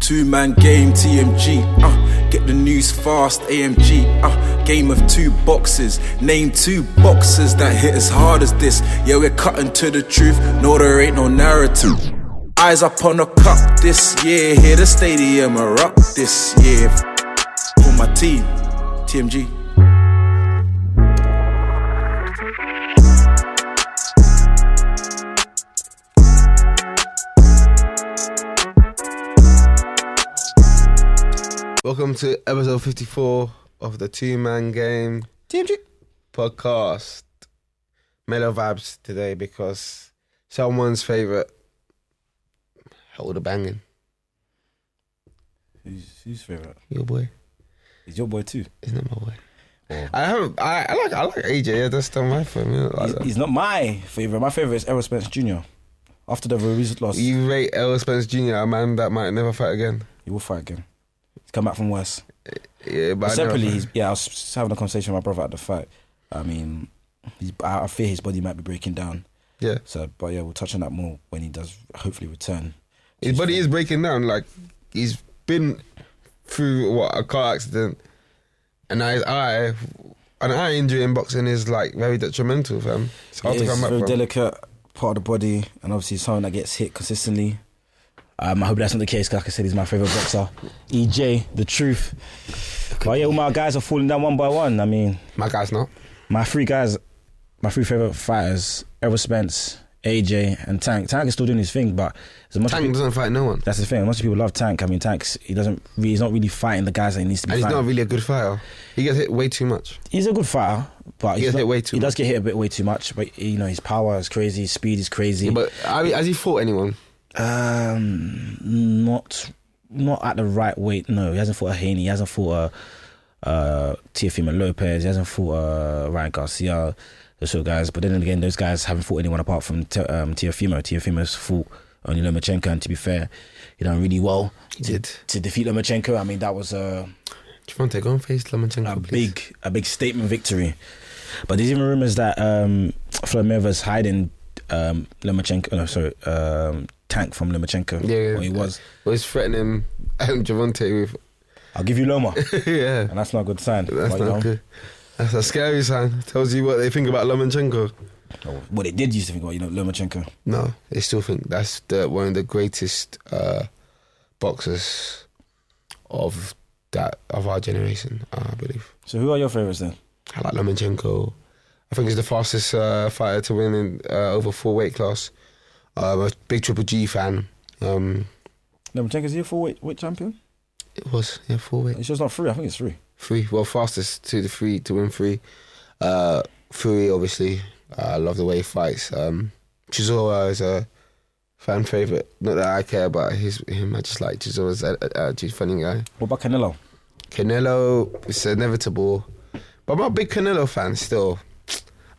Two man game, TMG. Uh, get the news fast, AMG. Uh, game of two boxes. Name two boxes that hit as hard as this. Yeah, we're cutting to the truth. No, there ain't no narrative. Eyes up on the cup this year. Hear the stadium erupt this year. For my team, TMG. Welcome to episode 54 of the Two Man Game TMG. podcast. Mellow vibes today because someone's favourite held a banging. Who's, who's favorite? Your boy. It's your boy too. He's not my boy. Oh. I have I, I like I like AJ, yeah, that's not my favorite. You, know, like He's, that. he's not my favorite. My favorite is Errol Spence Jr. After the Ruiz loss, he you rate Errol Spence Jr. a man that might never fight again. will fight again. He's come back from worse. Yeah, but I never Separately, fight. he's, yeah, I was just having a conversation with my brother at the fight. I mean, he's, I, I fear his body might be breaking down. yeah. So, but yeah, we'll touch on that more when he does hopefully return. His body is breaking down. Like he's been through what a car accident, and now his eye, an eye injury in boxing is like very detrimental, fam. It's hard It to is come back very from. delicate part of the body, and obviously someone that gets hit consistently. Um, I hope that's not the case. 'cause Like I said, he's my favorite boxer, EJ, the truth. But yeah, all my guys are falling down one by one. I mean, My guy's not. my three guys, my three favorite fighters: Errol Spence, AJ, and Tank. Tank is still doing his thing, but as much as Tank people- doesn't fight no one, that's the thing. Much as people love Tank, I mean, Tank's he doesn't really, he's not really fighting the guys that he needs to be and he's fighting. not really a good fighter. He gets hit way too much. he's a good fighter, He but he's gets hit not- way too He does get hit a bit way too much, but you know his power is crazy, his speed is crazy. But I mean, has he fought anyone? Um, not not at the right weight. No, he hasn't fought a Haney. He hasn't fought a uh, Teofimo Lopez. He hasn't fought uh, Ryan Garcia. Those sort of guys. But then again, those guys haven't fought anyone apart from Te- um, Teofimo. Teofimo's fought only Lomachenko, and to be fair, he done really well He did. to defeat Lomachenko. I mean, that was a Javante, go and face Lomachenko, a please. big a big statement victory. But there's even rumors that um, Floyd Mayweather's hiding um, Lomachenko. No, sorry, um, Tank from Lomachenko. Yeah, yeah. Or he was. Well, he's threatening um, Javante I'll give you Loma. with. yeah, And that's not a good sign. that's But, you know, not good. That's a scary sign. Tells you what they think about Lomachenko. What Oh, they did used to think about, you know, Lomachenko. No, they still think that's the, one of the greatest uh, boxers of that of our generation. I believe. So who are your favourites then? I like Lomachenko. I think he's the fastest uh, fighter to win in uh, over four weight class. Uh, I'm a big Triple G fan. Um, Lomachenko's here for weight, weight champion? it was yeah four weight It's just not three, I think it's three. three. Well, fastest to the three to win three. Uh, Fury obviously. Uh, I love the way he fights. Um, Chisora is a fan favorite. Not that I care about his him. I just like Chisora's a, a, a funny guy. What about Canelo? Canelo, it's inevitable. But I'm not a big Canelo fan still.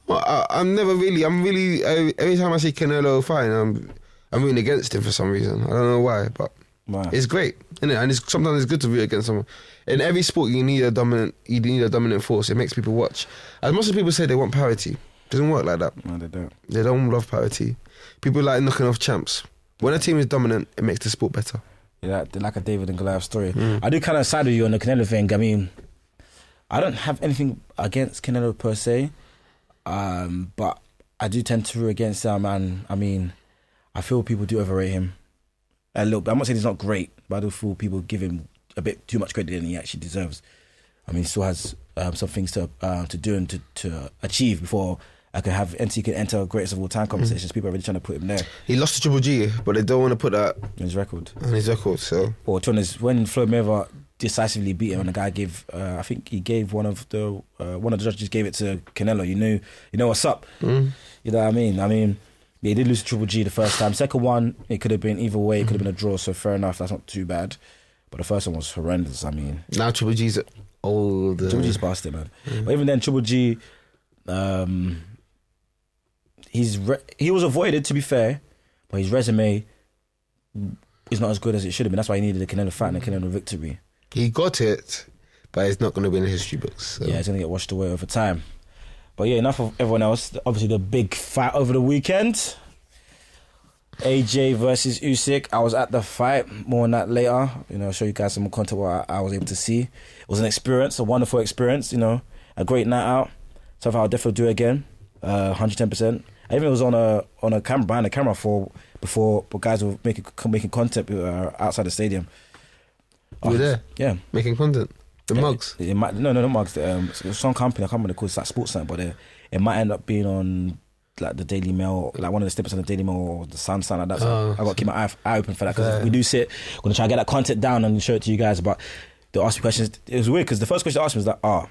Well, I, I'm never really. I'm really. I, every time I see Canelo fighting, I'm I'm rooting against him for some reason. I don't know why, but Wow. it's great, isn't it? And it's sometimes it's good to root against someone. In every sport, you need a dominant. You need a dominant force. It makes people watch. As most of people say, they want parity. Doesn't work like that. No, they don't. They don't love parity. People like knocking off champs. When a team is dominant, it makes the sport better. Yeah, they're like a David and Goliath story. I do kind of side with you on the Canelo thing. I mean, I don't have anything against Canelo per se, um, but I do tend to root against him. And I mean, I feel people do overrate him a little bit. I'm not saying he's not great, but I do feel people give him a bit too much credit than he actually deserves. I mean, he still has um, some things to uh, to do and to, to achieve before I can have enter, he can enter greatest of all time conversations. People are really trying to put him there He lost to Triple G, but they don't want to put that in his record. on his record. So or trying to when Floyd Mayweather decisively beat him, and the guy gave, uh, I think he gave one of the uh, one of the judges gave it to Canelo. You knew, you know what's up. You know what I mean? I mean, they did lose to Triple G the first time. Second one, it could have been either way. It could have been a draw. So fair enough. That's not too bad. But the first one was horrendous. I mean, now Triple G's old. uh, Triple G's past it, man. But even then, Triple G, um, he's re- he was avoided to be fair, but his resume is not as good as it should have been. That's why he needed the Canelo fight and the Canelo victory. he got it, but it's not going to be in the history books. So. Yeah, it's gonna get washed away over time. But yeah, enough of everyone else. Obviously, the big fight over the weekend. AJ versus Usyk. I was at the fight. More on that later. You know, show you guys some content what I, I was able to see. It was an experience, a wonderful experience. You know, a great night out. Something I'll definitely do again. Uh, Hundred ten percent. I even was on a on a camera behind the camera for before, but guys were making making content uh, outside the stadium. You were there? Yeah. Making content. The mugs. It, it might no no not mugs. Um, s- some company I can't remember the call. It's like sports center, but uh, it might end up being on like the Daily Mail, like one of the snippets on the Daily Mail or the Sun, something like that. So Oh. I got to keep my eye, eye open for that because Fair. we do sit. We're gonna try and get that content down and show it to you guys. But they asked me questions. It was weird because the first question they asked me was like, "Ah,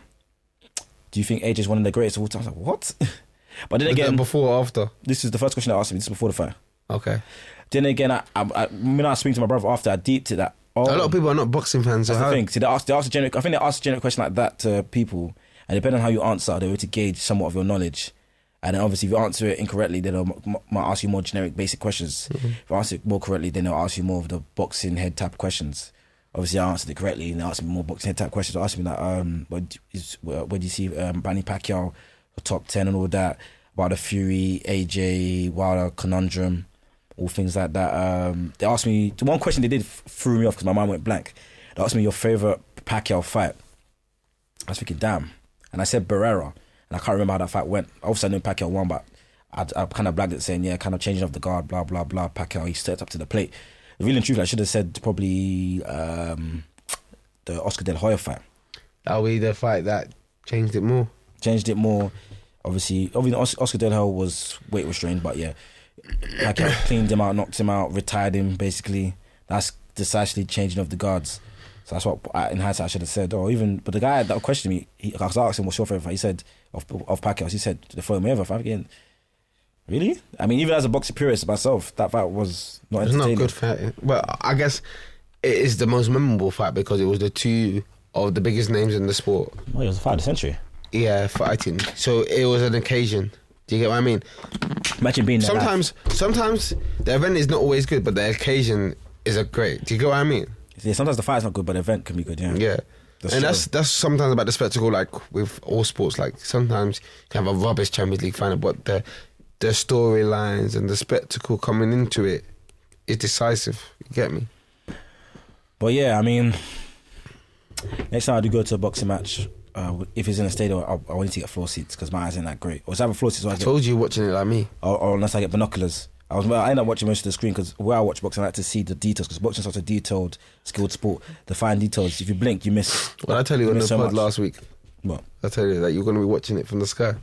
do you think AJ is one of the greatest of all time?" I was like, "What?" but then Was that again, before or after? this is the first question they asked me. This is before the fight. Okay. Then again, I, I, I when I was speaking to my brother after, I deeped it that. Oh, A lot of people are not boxing fans. So that's how, the thing. See, they ask, they ask a generic. I think they ask a generic question like that to people, and depending on how you answer, they're able to gauge somewhat of your knowledge. And then obviously, if you answer it incorrectly, then they'll m- might ask you more generic, basic questions. Mm-hmm. If you answer it more correctly, then they'll ask you more of the boxing head type questions. Obviously, I answered it correctly, and they asked me more boxing head type questions. They asked me like, um, what d- is where, where do you see um, Manny Pacquiao, the top ten, and all that about the Fury, AJ Wilder conundrum, all things like that. Um, they asked me the one question they did f- threw me off because my mind went blank. They asked me your favorite Pacquiao fight. I was thinking, damn. And I said Barrera, and I can't remember how that fight went. Obviously, I knew Pacquiao won, but I, I kind of blagged it, saying, yeah, kind of changing of the guard, blah blah blah. Pacquiao, he stepped up to the plate. Really and truthfully, I should have said probably um, the Oscar De La Hoya fight. that'll be the fight that changed it more. Changed it more. Obviously, obviously Os- Oscar De La Hoya was weight restrained, but yeah, Pacquiao cleaned him out, knocked him out, retired him. Basically, that's decisively changing of the guards. So that's what, I- in hindsight, I should have said. Or even, but the guy that questioned me, he, I was asking, "What's your favorite?" fight?" He said, "Of of Pacquiao." He said, "The Floyd Mayweather fight." Again, really? I mean, even as a boxing purist myself, that fight was not It's not entertaining. a good fight. Well, I guess it is the most memorable fight because it was the two of the biggest names in the sport. Well, it was a fight of the century. Yeah, fighting. So it was an occasion. Do you get what I mean? Imagine being there live. Sometimes, sometimes the event is not always good, but the occasion is a great. Do you get what I mean? Yeah, sometimes the fight's not good, but the event can be good. Yeah. Yeah. That's and true. that's that's sometimes about the spectacle, like with all sports. Like sometimes you can have a rubbish Champions League final, but the the storylines and the spectacle coming into it is decisive. You get me? But yeah, I mean, next time I do go to a boxing match, uh, if it's in a stadium, I, I want to get floor seats because my eyes ain't that great. Or just have a floor seat, so I I get, told you watching it like me. or, or unless I get binoculars. I was I end up watching most of the screen because where I watch boxing, I like to see the details because boxing is such a detailed, skilled sport. The fine details. If you blink, you miss. Well, I tell you on Thank the you so pod much. last week, Well, I tell you that you're going to be watching it from the sky.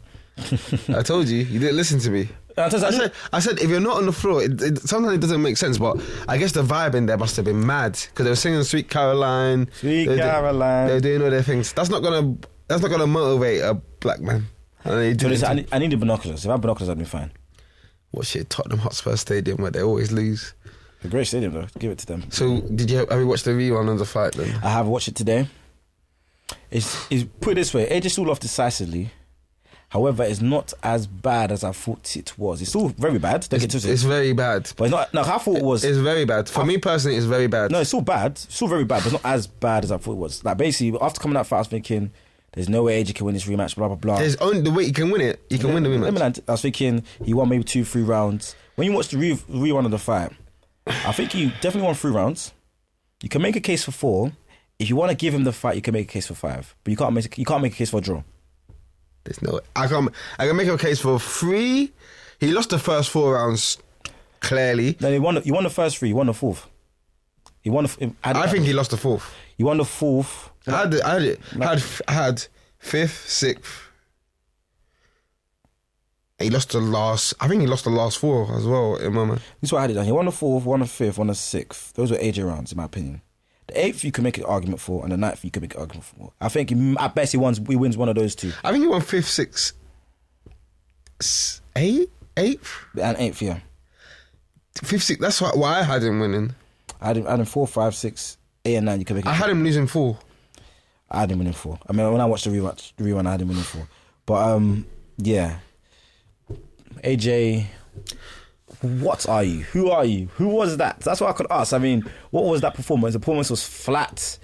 I told you, you didn't listen to me. I said- I said, I said, if you're not on the floor, it, it, sometimes it doesn't make sense. But I guess the vibe in there must have been mad because they were singing "Sweet Caroline." Sweet they were do- Caroline. They were doing all their things. That's not gonna. That's not gonna motivate a black man. And they to be did honest, I, need, I need the binoculars. If I had binoculars, I'd be fine. watch it, Tottenham Hotspur Stadium where they always lose. It's a great stadium though. Give it to them. So did you have you watched the rerun of the fight then? I have watched it today. It's, it's put it this way, AJ still off decisively. However, it's not as bad as I thought it was. It's still very bad. Don't get It's, twisted. it's very bad. But it's not. No, I thought it was. It's very bad for me personally. It's very bad. no, it's still bad. It's still very bad, but it's not as bad as I thought it was. Like basically, after coming out fast, I was thinking, "There's no way AJ can win this rematch." Blah blah blah. There's only the way you can win it. You can win the Let rematch. me land- I was thinking he won maybe two, three rounds. When you watch the re- rerun of the fight, I think he definitely won three rounds. You can make a case for four. If you want to give him the fight, you can make a case for five, but you can't make you can't make a case for a draw. There's no. I can. I can make a case for three. He lost the first four rounds clearly. No, he won. You won the first three. You won the fourth. He won. The, I think he lost the fourth. you won the fourth. I had. I had. I had, I had fifth, sixth. He lost the last. I think he lost the last four as well. In my mind. This is what I had it down. He won the fourth, won the fifth, won the sixth. Those were AJ rounds, in my opinion. The eighth you can make an argument for, and the ninth you can make an argument for. I think he, at best he wins. He wins one of those two, I think he won fifth, sixth, s- eight, eighth, and eighth yeah. fifth, sixth. That's why, why I had him winning. I had him, I had him four, five, six, eight, and nine. You can make. I I, had him losing four. I had him winning four. I mean, when I watched the rewatch, the rerun, I had him winning four. But um, yeah. AJ, what are you? Who are you? Who was that? That's what I could ask. I mean, what was that performance? The performance was flat.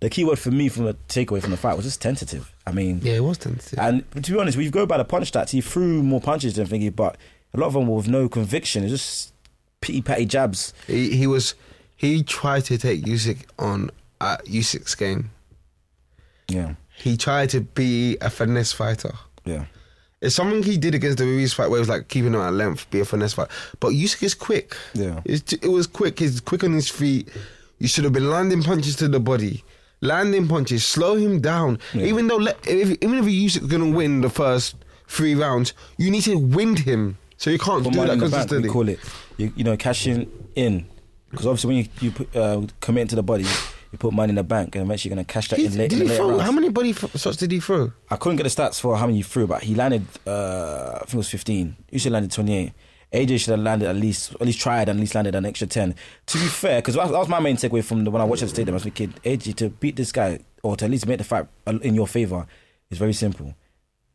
The key word for me from the takeaway from the fight was just tentative. I mean, Yeah, it was tentative. And to be honest, we go by the punch stats. He threw more punches than Thingy, but a lot of them were with no conviction. It's just pity patty jabs. He, he was he tried to take Usyk on at Usyk's game. Yeah, He tried to be a finesse fighter. yeah, It's something he did against the Ruiz fight where it was like keeping him at length, be a finesse fight. But Usyk is quick. Yeah. It's, t- it was quick. He's quick on his feet. You should have been landing punches to the body. Landing punches, slow him down. Even though, le- if, even if Usyk's gonna win the first three rounds, you need to wind him. So you can't Put do money that in the bank, consistently. we call it. You, you know, cashing in. Because obviously, when you you put, uh, commit to the body, you put money in the bank, and eventually you're gonna cash that He- in late. did in he the later throw? rounds. How many body f- shots did he throw? I couldn't get the stats for how many he threw, but he landed. Uh, I think it was fifteen. Usually landed twenty-eight. AJ should have landed at least, at least tried, and at least landed an extra ten. To be fair, because that that was my main takeaway from the when I watched at the stadium as a kid. AJ to beat this guy or to at least make the fight in your favor is very simple.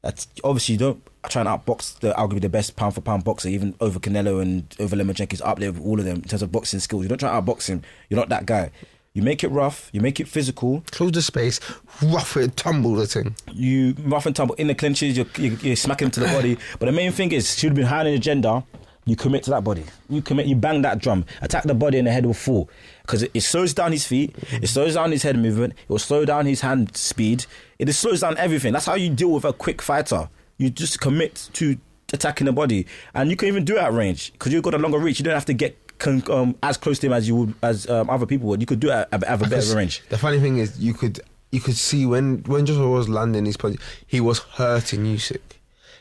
That's obviously you don't try and outbox the arguably the best pound for pound boxer, even over Canelo and over Lomachenko is up there with all of them in terms of boxing skills. You don't try and outbox him. You're not that guy. You make it rough. You make it physical. Close the space, rough it, tumble the thing. you rough and tumble in the clinches, you're, you're, you're smacking him to the body. But the main thing is, should have been high on the agenda. You commit to that body. You commit. You bang that drum. Attack the body, and the head will fall because it, it slows down his feet. It slows down his head movement. It will slow down his hand speed. It just slows down everything. That's how you deal with a quick fighter. You just commit to attacking the body, and you can even do it at range because you've got a longer reach. You don't have to get con- um, as close to him as you would as um, other people would. You could do it at, at a better range. The funny thing is, you could you could see when when Joshua was landing his punches, he was hurting Usyk.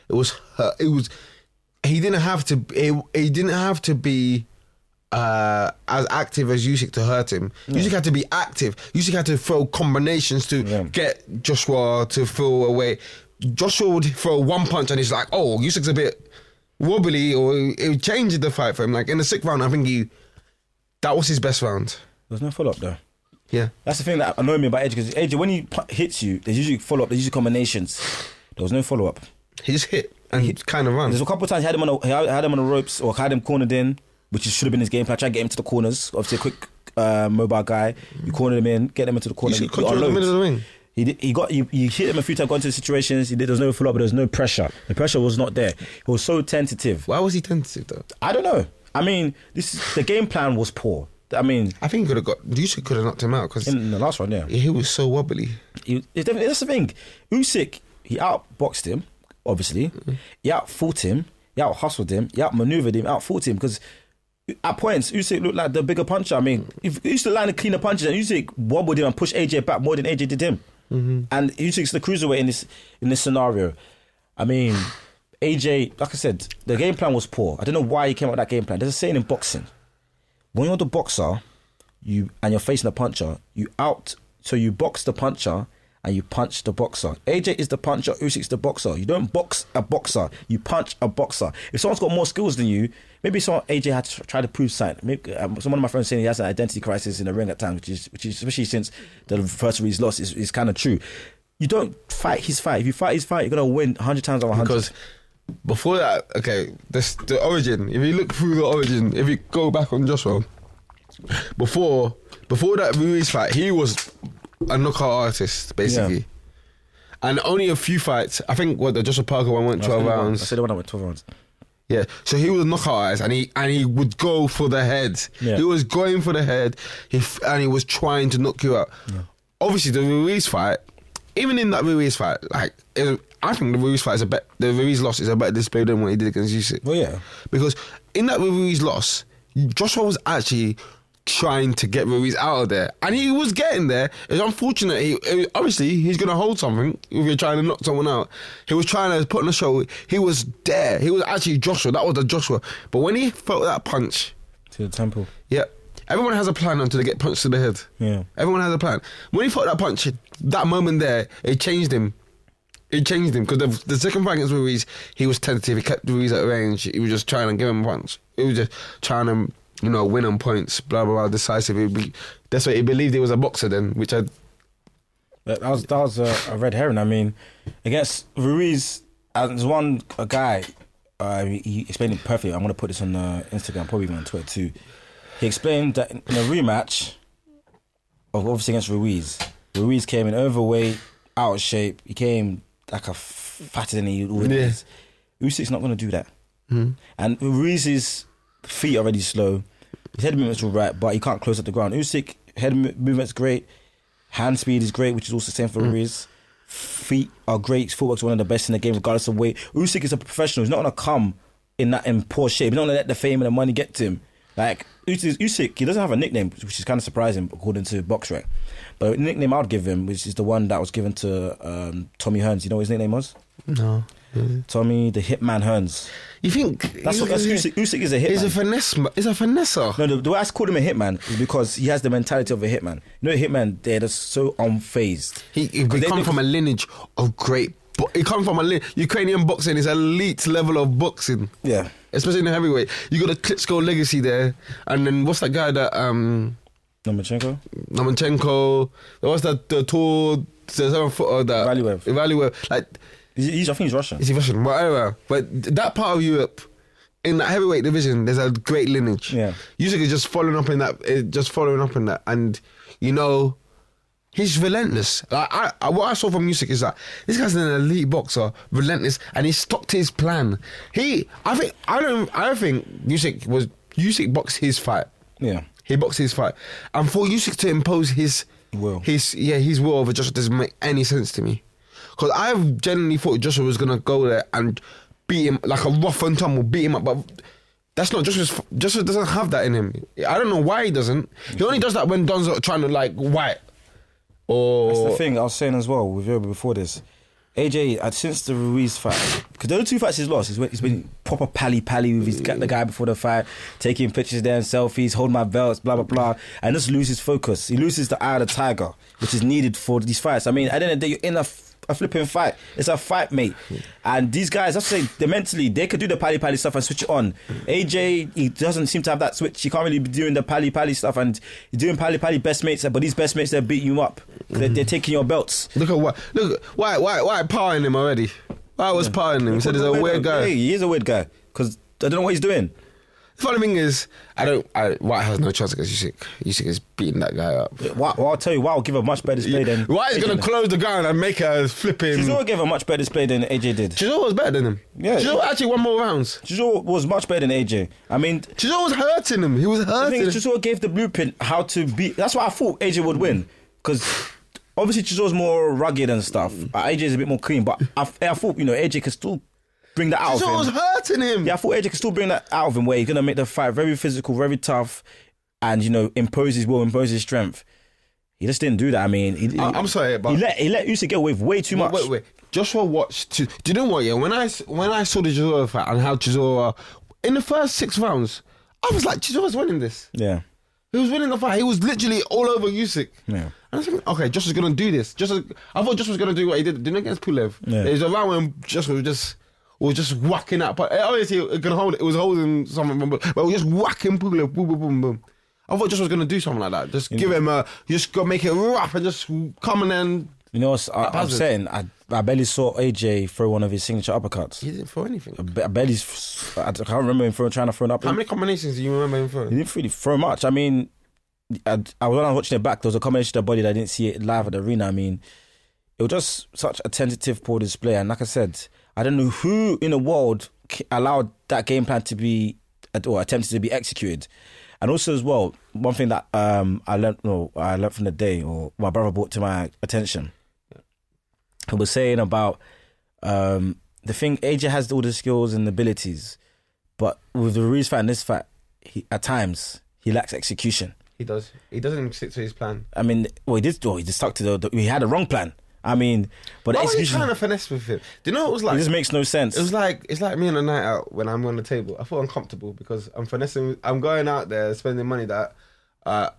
It was hurt. It was he didn't have to. He, he didn't have to be uh, as active as Usyk to hurt him. Usyk had to be active. Usyk had to throw combinations to Yeah. get Joshua to throw away. Joshua would throw one punch and he's like, "Oh, Usyk's a bit wobbly," or it changed the fight for him. Like in the sixth round, I think he that was his best round. There's no follow up though. Yeah. That's the thing that annoyed me about Edge because Edge, when he pu- hits you, there's usually follow up, there's usually combinations. There was no follow up. He just hit and kind of run. There's a couple of times he had him on the, he had had him on the ropes or had him cornered in, which should have been his game plan. Try to get him to the corners. Obviously, a quick uh, mobile guy. You cornered him in, get him into the corner. should you- you control the unload. middle of the ring. He did, he got you, you hit him a few times, got into the situations. He did, there was no follow up, but there was no pressure. The pressure was not there. He was so tentative. Why was he tentative though? I don't know. I mean, this is, the game plan was poor. I mean, I think he could have got. Usyk could have knocked him out because in the last one, yeah. he was so wobbly. He, it's definitely- that's the thing. Usyk, he outboxed him, obviously. He outfought him. He out hustled him. He outmaneuvered him. Outfought him because at points Usyk looked like the bigger puncher. I mean, if he used to land the cleaner punches, and Usyk wobbled him and pushed AJ back more than AJ did him. And Usyk's the cruiserweight in this in this scenario. I mean, AJ, like I said, the game plan was poor. I don't know why he came up with that game plan. There's a saying in boxing: when you're the boxer, you and you're facing a puncher, you out so you box the puncher and you punch the boxer. AJ is the puncher, Usyk's the boxer. You don't box a boxer, you punch a boxer. If someone's got more skills than you, maybe someone AJ had to try to prove something. Maybe, um, someone of my friends saying he has an identity crisis in the ring at times, which is which is especially since the first of his loss is, is kind of true. You don't fight his fight. If you fight his fight, you're gonna win hundred times out of hundred. Because before that, okay, this, the origin. If you look through the origin, if you go back on Joshua, before before that Ruiz fight, he was a knockout artist basically. Yeah. And only a few fights. I think what the Joshua Parker one went twelve I rounds. said the one that went twelve rounds. Yeah, so he was a knockout artist, and he and he would go for the head. Yeah. He was going for the head. He f- and he was trying to knock you out. Obviously, the Ruiz fight, even in that Ruiz fight, like it, I think the Ruiz fight is a bet. The Ruiz loss is a better display than what he did against Usyk. Well, yeah. because in that Ruiz loss, Joshua was actually trying to get Ruiz out of there, and he was getting there. It's unfortunate. He, it- obviously he's going to hold something if you're trying to knock someone out. He was trying to put on a show. He was there. He was actually Joshua. That was the Joshua. But when he felt that punch, To the temple. yeah, everyone has a plan until they get punched to the head. Yeah. Everyone has a plan. When he felt that punch, that moment there, it changed him. It changed him because the, the second fight against Ruiz, he was tentative. He kept Ruiz at range. He was just trying to give him punch. He was just trying to, you know, win on points. Blah blah blah. Decisive. He'd Be, that's what he believed he was a boxer then, which I That that was that was a, a red herring. I mean, against Ruiz, uh, there's one a guy. Uh, he- he explained it perfectly. I'm gonna put this on uh, Instagram, probably even on Twitter too. He explained that in a rematch of obviously against Ruiz, Ruiz came in overweight, out of shape. He came like a fatter than he always Yeah. is. Usyk's not gonna do that. And Ruiz's Feet already slow. His head movement's all right, but he can't close up the ground. Usyk head mo- movement's great. Hand speed is great, which is also the same for Ruiz. Feet are great. His footwork's one of the best in the game, regardless of weight. Usyk is a professional. He's not gonna come in that in poor shape. He's not gonna let the fame and the money get to him. Like Usyk, Usyk he doesn't have a nickname, which is kind of surprising according to BoxRec. But a nickname I'd give him, which is the one that was given to um, Tommy Hearns. You know what his nickname was? No. Tommy the Hitman Hearns. You think That's what that's Usyk. Usyk is a hitman. Is a finesse? Is a finesser? No, the, the way I called him a hitman is because he has the mentality of a hitman. You know, a hitman, they're just so unfazed. He, he Because they come do- from a lineage of great. Bo- he come from a lin- Ukrainian boxing is elite level of boxing. Yeah. especially in the heavyweight. You got a Klitschko legacy there, and then what's that guy that um Nomachenko? Namachenko? What's that the tall the seven footer that Valuev. Valuev. Like He's, he's, I think he's Russian. is he Russian? Whatever. But that part of Europe. In that heavyweight division, there's a great lineage. Yeah. Usyk is just following up in that, eh, just following up in that, and you know, he's relentless. Like I, I, what I saw from Usyk is that this guy's an elite boxer, relentless, and he stuck to his plan. He, I think, I don't, I don't think Usyk was Usyk boxed his fight. Yeah. He boxed his fight, and for Usyk to impose his Will. his yeah, his will over Joshua doesn't make any sense to me. Because I've genuinely thought Joshua was gonna go there and beat him like a rough and tumble, beat him up, but that's not Joshua's. f- Joshua doesn't have that in him. I don't know why he doesn't. He only does that when Don's trying to like white or That's the thing I was saying as well with Yoba before this. AJ, uh, since the Ruiz fight, because the only two fights he's lost, he's, he's been proper pally pally with his, the guy before the fight, taking pictures there and selfies, hold my belts, blah blah blah, and just loses focus. He loses the eye of the tiger, which is needed for these fights. I mean, at the end of the day, you're in a, f- a flipping fight. It's a fight, mate. And these guys, I'm saying, they mentally they could do the pally pally stuff and switch it on. AJ, he doesn't seem to have that switch. He can't really be doing the pally pally stuff and he's doing pally pally best mates, but these best mates they're beating you up. They're, they're taking your belts. look at what look why why why powering him already. Why was powering him? He said he's a weird guy. Hey, he is a weird guy because I don't know what he's doing. Funny thing is, I don't. I, White has no chance against Usyk. Usyk is beating that guy up. Wow, well, I'll tell you, Wow will give a much better display than White is AJ gonna did. close the ground and make a flipping. Chisora gave a much better display than AJ did. Chisora was better than him. Yeah. Chisora actually won more rounds. Chisora was much better than AJ. I mean, Chisora was hurting him. He was I hurting. think him. Chisora gave the blueprint how to beat. That's why I thought AJ would win because obviously Chisora's more rugged and stuff. but AJ is a bit more clean, but I, I thought you know AJ could still bring that out. of Chisora him. was hurting him. Yeah, I thought AJ could still bring that out of him where he's gonna make the fight very physical, very tough, and you know impose his will, impose his strength. He just didn't do that. I mean, he, I- I'm sorry, but- he let he let Usyk get away with way too much. Wait, wait. Joshua watched. Do you know what? Yeah, when I s- when I saw the Chisora fight and how Chisora in the first six rounds, I was like, Chisora's winning this. Yeah, He was winning the fight. He was literally all over Usyk. Yeah. And I was thinking, okay, Joshua's gonna do this. Joshua, I thought Joshua was gonna do what he did, did against Pulev. Yeah. There's a round when Joshua was just was just whacking out, but eh, obviously it can hold. It was holding something, but but it was just whacking Pulev. Boom, boom, boom, boom. I thought Joshua was gonna do something like that. Just give him a, just go make it rough and just come and then you know what I, I'm Hazard. saying? I I barely saw AJ throw one of his signature uppercuts. he didn't throw anything. I ba- I barely, s- I can't remember him throwing, trying to throw an up. How many combinations do you remember him He throwing? didn't really throw much. I mean, I, I was when I was watching it back. There was a combination of the body that I didn't see it live at the arena. I mean, it was just such a tentative poor display. And like I said, I don't know who in the world c- allowed that game plan to be or attempted to be executed. And also as well, one thing that um, I learned, no, I learned from the day, or my brother brought to my attention, who was saying about um, the thing. AJ has all the skills and abilities, but with the Ruiz fight and this fight, he, at times he lacks execution. He does. He doesn't stick to his plan. I mean, well, he did. Well, he just stuck to the. the he had a wrong plan. I mean, but the Why was he execution. trying to finesse with him? Do you know what it was it like? just makes no sense. It was like it's like me on a night out when I'm on the table. I feel uncomfortable because I'm finessing. I'm going out there spending money that uh,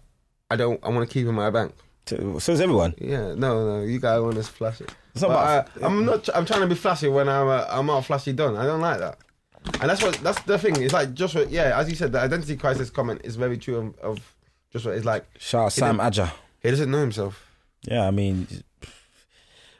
I don't. I want to keep in my bank. so is everyone. Yeah, no, no. You guys want to flash it. It's not But, about- uh, I'm not. I'm trying to be flashy when I'm. Uh, I'm not flashy done. I don't like that. And that's what. That's the thing. It's like Joshua. Yeah, as you said, the identity crisis comment is very true of, of Joshua. It's like Shout out He Sam Adja. he doesn't know himself. Yeah, I mean,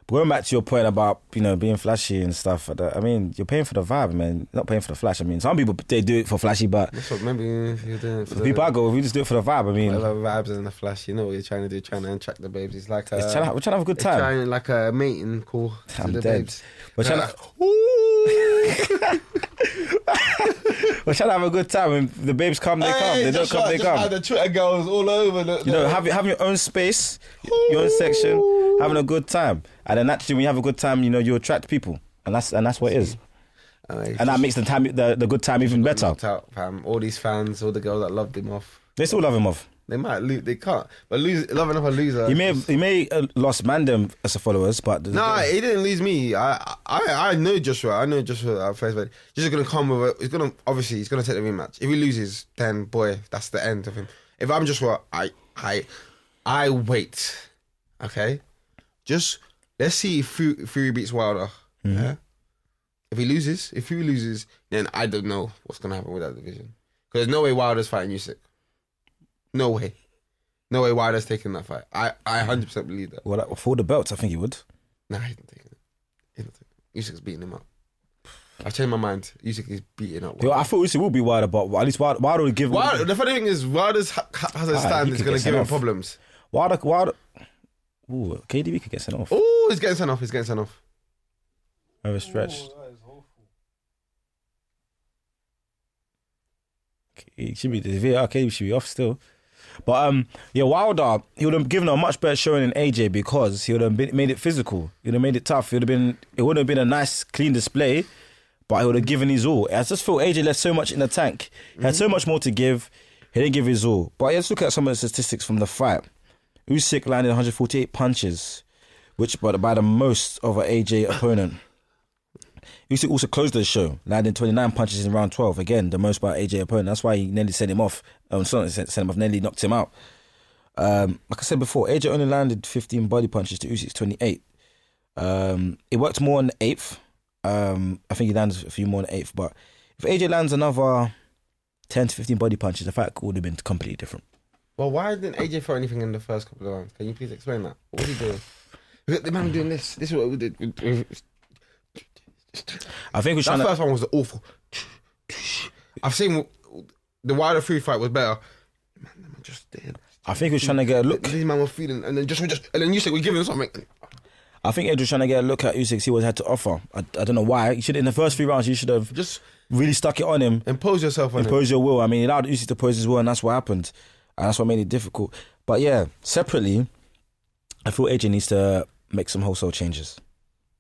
but going back to your point about you know being flashy and stuff. I don't- I mean, you're paying for the vibe, man. You're not paying for the flash. I mean, some people they do it for flashy, but That's what maybe you're doing for the the people I go, with, we just do it for the vibe. I mean, uh, I love vibes and the flash. You know what you're trying to do, trying to attract the babes. It's like uh, a, it's trying to- we're trying to have a good It's time. trying like a mating call to I'm the dead. babes. We're trying Uh, to. Ooh. We're trying to have a good time. When the babes come, they come. They don't just come, like- they just like come. The Twitter girls all over. The, You know, have having your own space, your own section, having a good time, and then naturally, when you have a good time, you know you attract people, and that's and that's what it is, and that makes the time the, the good time even better. out, fam. All these fans, all the girls that loved him off. They still love him off. They might lose. They can't. But lose, loving up a loser. He may have, he may uh, lost Mandem as a followers, but No, he didn't lose me. I, I, I know Joshua. I know Joshua at first, but Joshua's gonna come with. A, he's gonna obviously he's gonna take the rematch. If he loses, then boy, that's the end of him. If I'm Joshua, I, I, I wait. Okay, just let's see if Fu- Fury beats Wilder. Yeah. If he loses, if Fury loses, then I don't know what's gonna happen with that division. Because there's no way Wilder's fighting Usyk. No way. No way Wilder's taking that fight. I, I 100% believe that. well, like, for the belts, I think he would. Nah, he's not taking it. He's not taking it. Usyk's beating him up. I've changed my mind. Usyk is beating up. Yo, Wilder. I thought Usyk would be wild about at least Wild Wilder would give him- Wilder, the funny thing is, Wilder's ha- ha- has a Ah, stand he that's could going to give get sent him off. problems. Wilder Wilder. Ooh, KDB could get sent off. Oh, he's getting sent off. He's getting sent off. Overstretched. It should be the VAR KDB should be off still. But um, yeah, Wilder he would have given a much better showing than AJ because he would have been, made it physical. He would have made it tough. It would have been it would have been a nice clean display, but he would have given his all. I just feel AJ left so much in the tank. He had so much more to give. He didn't give his all. But let's look at some of the statistics from the fight. Usyk landed 148 punches, which but by the most of an AJ opponent. Usyk also closed the show, landing 29 punches in round 12. Again, the most by AJ opponent. That's why he nearly sent him off. Um, sorry, sent sent him off, nearly knocked him out. Um, like I said before, AJ only landed 15 body punches to Usyk's 28. Um, it worked more on the eighth. Um, I think he landed a few more on the eighth, but if AJ lands another 10 to 15 body punches, the fight would have been completely different. Well, why didn't AJ throw anything in the first couple of rounds? Can you please explain that? What was he doing? Look, the man doing this. This is what we did. I think we're That trying to. first one was awful. I've seen the Wilder Fury fight was better. Man, the man just did. I think we're trying to get a look. These man were feeling, and then just, just and then Usyk was giving him something. I think Edwards trying to get a look at Usyk, see what he had to offer. I, I don't know why. He should in the first three rounds, you should have Just really stuck it on him. impose yourself on him. Impose your will. I mean, he allowed Usyk to pose his will, and that's what happened, and that's what made it difficult. But yeah, separately, I feel AJ needs to make some wholesale changes.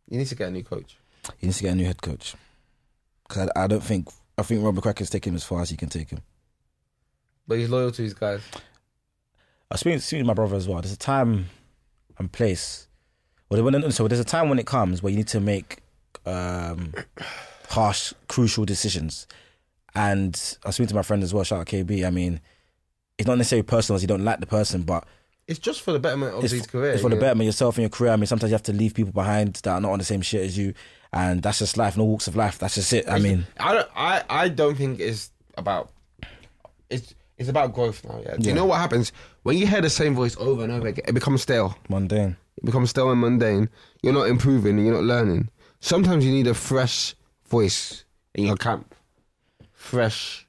You need to get a new coach. He needs to get a new head coach because I, I don't think I think Robert Cracker's taken him as far as he can take him. But he's loyal to his guys. I speak speak to my brother as well. There's a time and place. Well, there- so there's a time when it comes where you need to make um, harsh, crucial decisions. And I speak to my friend as well. Shout out KB. I mean, it's not necessarily personal as you don't like the person, but It's just for the betterment of it's, his f- career. it's for the you know? betterment of yourself and your career. I mean, sometimes you have to leave people behind that are not on the same shit as you, and that's just life. No walks of life. That's just it. I mean, I don't. I, I don't think it's about. It's it's about growth now. Yeah. Do Yeah. you know what happens when you hear the same voice over and over again? It becomes stale. mundane. It becomes stale and mundane. You're not improving. You're not learning. Sometimes you need a fresh voice in your camp, fresh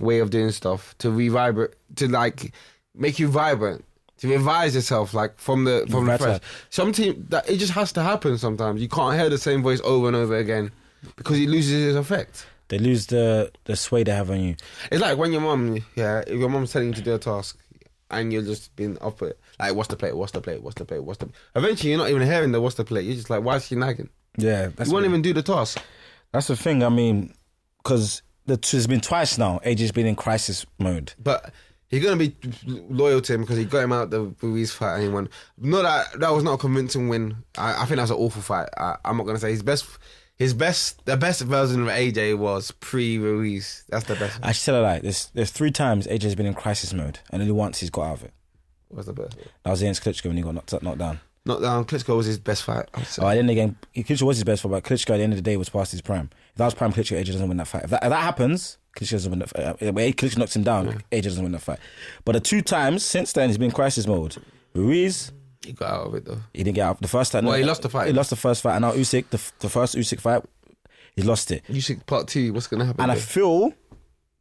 way of doing stuff to revibrate, to like make you vibrant, to revise yourself like from the from the Better. fresh. Some team that it just has to happen. Sometimes you can't hear the same voice over and over again because it loses its effect. They lose the the sway they have on you. It's like when your mum, yeah, if your mum's telling you to do a task and you're just being up it, like, what's the plate, what's the plate, what's the plate, what's the Eventually, you're not even hearing the what's the plate. You're just like, why is she nagging? Yeah, that's you won't what- even do the task. That's the thing. I mean, because the t- it's been twice now. AJ's been in crisis mode. But you're going to be loyal to him because he got him out the Ruiz fight and he won. No, that, that was not a convincing win. I, I think that was an awful fight. I, I'm not going to say his best. His best, the best version of AJ was pre-Ruiz. That's the best. I should tell her like there's there's three times AJ's been in crisis mode, and only once he's got out of it. Was the best. That was against Klitschko when he got knocked knocked down. Not um, Klitschko was his best fight. I would say. Oh, at the end of the game, Klitschko was his best fight, but Klitschko at the end of the day was past his prime. If that was prime Klitschko, AJ doesn't win that fight. If that, if that happens, Klitschko doesn't win that fight. Uh, When Klitschko knocks him down, AJ doesn't win that fight. But the two times since then, he's been in crisis mode. Ruiz, He got out of it though. He didn't get out the first time. Well, he lost the fight. He lost the first fight, and now Usyk, the, f- the first Usyk fight, he lost it. You should part two. What's going to happen? And I there? feel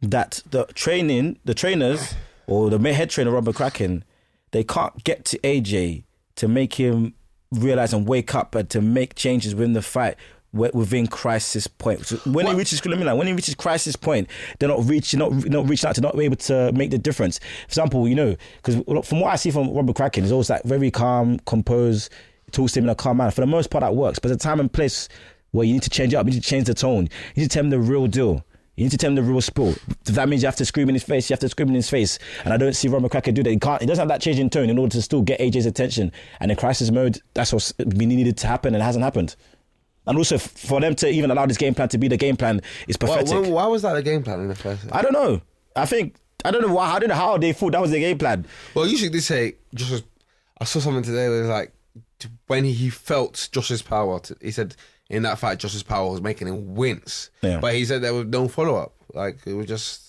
that the training, the trainers, or the ma- head trainer Robert Kraken, they can't get to AJ to make him realize and wake up and to make changes within the fight wi- within crisis point. So when it reaches, let me know, when it reaches crisis point, they're not reaching, not not reaching out to, not be able to make the difference. For example, you know, because from what I see from Robert Kraken, he's always like very calm, composed, talks to him in a calm manner. For the most part, that works. But the time and place where you need to change it up, you need to change the tone, you need to tell him the real deal. You need to tell him the real spill. That means you have to scream in his face. You have to scream in his face. And I don't see Roman Cracker do that. He can't. He doesn't have that change in tone in order to still get AJ's attention. And in crisis mode, that's what's been needed to happen and it hasn't happened. And also f- for them to even allow this game plan to be the game plan is Why, pathetic. why, why was that the game plan in the first? I don't know. I think I don't know why. I don't know how they thought that was the game plan. Well, usually they say Josh's. I saw something today that was like t- when he felt Josh's power. To, he said in that fight, Josh's power was making him wince. Yeah. But he said there was no follow up. Like it was just.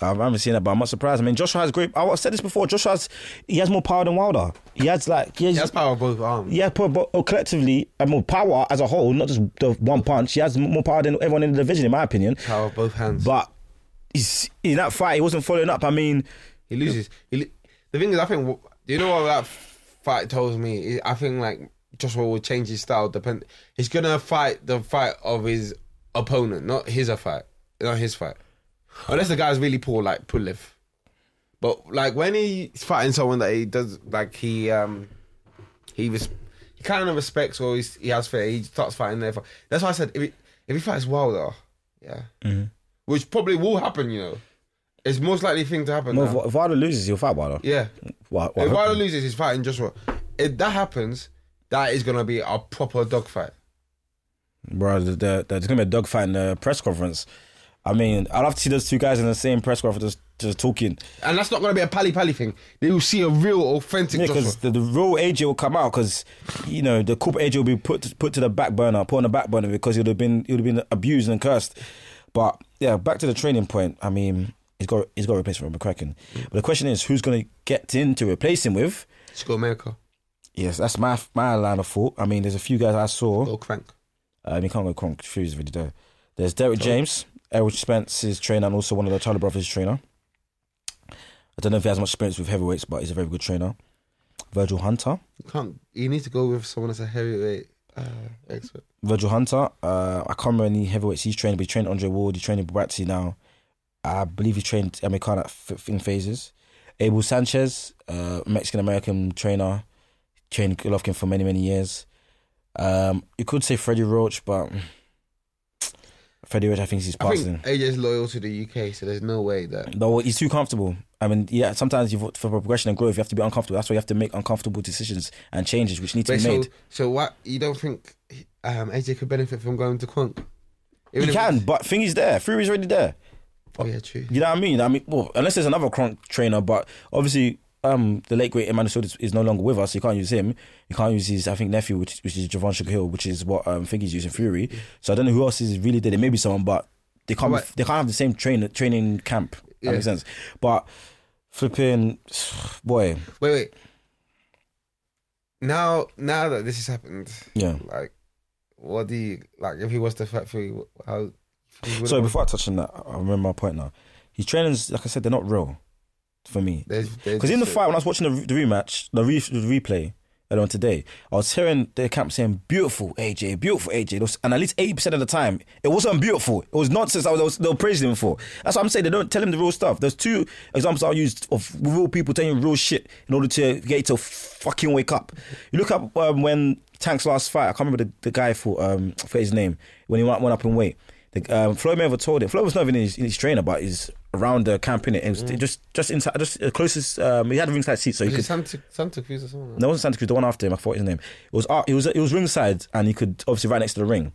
I haven't seen that, but I'm not surprised. I mean, Joshua has great. I've said this before. Joshua has he has more power than Wilder. He has like he has, He has power of both arms. Yeah, but, but oh, collectively, and more power as a whole, not just the one punch. He has more power than everyone in the division, in my opinion. Power of both hands. But he's, in that fight, he wasn't following up. I mean, He loses. He, lo- the thing is, I think. Do you know what that fight tells me? I think like Joshua will change his style. Depend. He's gonna fight the fight of his opponent, not his a fight, not his fight. Unless the guy's really poor, like Pulev. But like when he's fighting someone that he does, like he um he res- he kind of respects or he's, he has fair. He starts fighting there. That's why I said if he, if he fights Wilder, yeah, which probably will happen. You know, it's most likely thing to happen. well, now. if- if Wilder loses, he'll fight Wilder. Yeah. Well, If well, I hope- Wilder loses, he's fighting Joshua. If that happens, that is going to be a proper dogfight. bro, the, the, there's gonna be a dogfight in the press conference. I mean, I'd love to see those two guys in the same press conference just, just talking. And that's not going to be a pally pally thing. They will see a real, authentic Yeah, Joshua. because the, the real AJ will come out because you know the corporate AJ will be put put to the back burner, put on the back burner because he would have been he would have been abused and cursed. But yeah, back to the training point. I mean, he's got he's got a replacement for McCracken, but the question is who's going to get in to replace him with? Let's go America. Yes, that's my my line of thought. I mean, there's a few guys I saw. Go crank. Um, you can't go Kronk Fury's already there. There's Derek James, Errol Spence's trainer, and also one of the Tyler Brothers' trainer. I don't know if he has much experience with heavyweights, but he's a very good trainer. Virgil Hunter. You can't. You need to go with someone that's a heavyweight uh, expert. Virgil Hunter. Uh, I can't remember any heavyweights he's trained, but he trained Andre Ward, he trained Bratzi now. I believe he trained Amir Khan at f- in phases. Abel Sanchez, uh, Mexican American trainer, trained Golovkin for many, many years. Um, you could say Freddie Roach, but Freddie Roach, I think he's I passing. think AJ's loyal to the UK, so there's no way that. No, he's too comfortable. I mean, yeah, sometimes you for progression and growth, you have to be uncomfortable. That's why you have to make uncomfortable decisions and changes, which need to Wait, be so, made. so what? You don't think um, AJ could benefit from going to Quank? he can, but thing is there. Fury's already there. Oh yeah, true. You know what I mean? I mean, well, unless there's another Kronk trainer, but obviously, um, the late great Emmanuel Swords is, is no longer with us. So you can't use him. You can't use his, I think, nephew, which, which is Javon Sugar Hill, which is what um, I think he's using Fury. So I don't know who else is really there. There may be someone, but they can't. Right. They can't have the same train training camp. That makes sense. But flipping, boy, Wait, wait. Now, now that this has happened, yeah. Like, what do you like? If he was to fight for you, how? he would- So before I touch on that, I remember my point now. His trainings, like I said, they're not real for me. there's, there's Because in the fight, when I was watching the, the rematch, the, re- the replay earlier on today, I was hearing the camp saying, beautiful AJ, beautiful AJ. Those- And at least 80% of the time, it wasn't beautiful. It was nonsense I was, I was- they were praising him for. That's what I'm saying. They don't tell him the real stuff. There's two examples I used of real people telling you real shit in order to get you to fucking wake up. You look up um, when Tank's last fight, I can't remember the, the guy for, um, for his name, when he went, went up in weight. The, um, Floyd Mayweather told him. Floyd was not even in his, in his trainer, but he's around the camp innit? It was just just inside, just the closest. Um, he had a ringside seat, so he Is it could. Santa, Santa Cruz or something. No, it wasn't Santa Cruz. The one after him, I forgot his name. It was it was it was ringside, and he could obviously right next to the ring.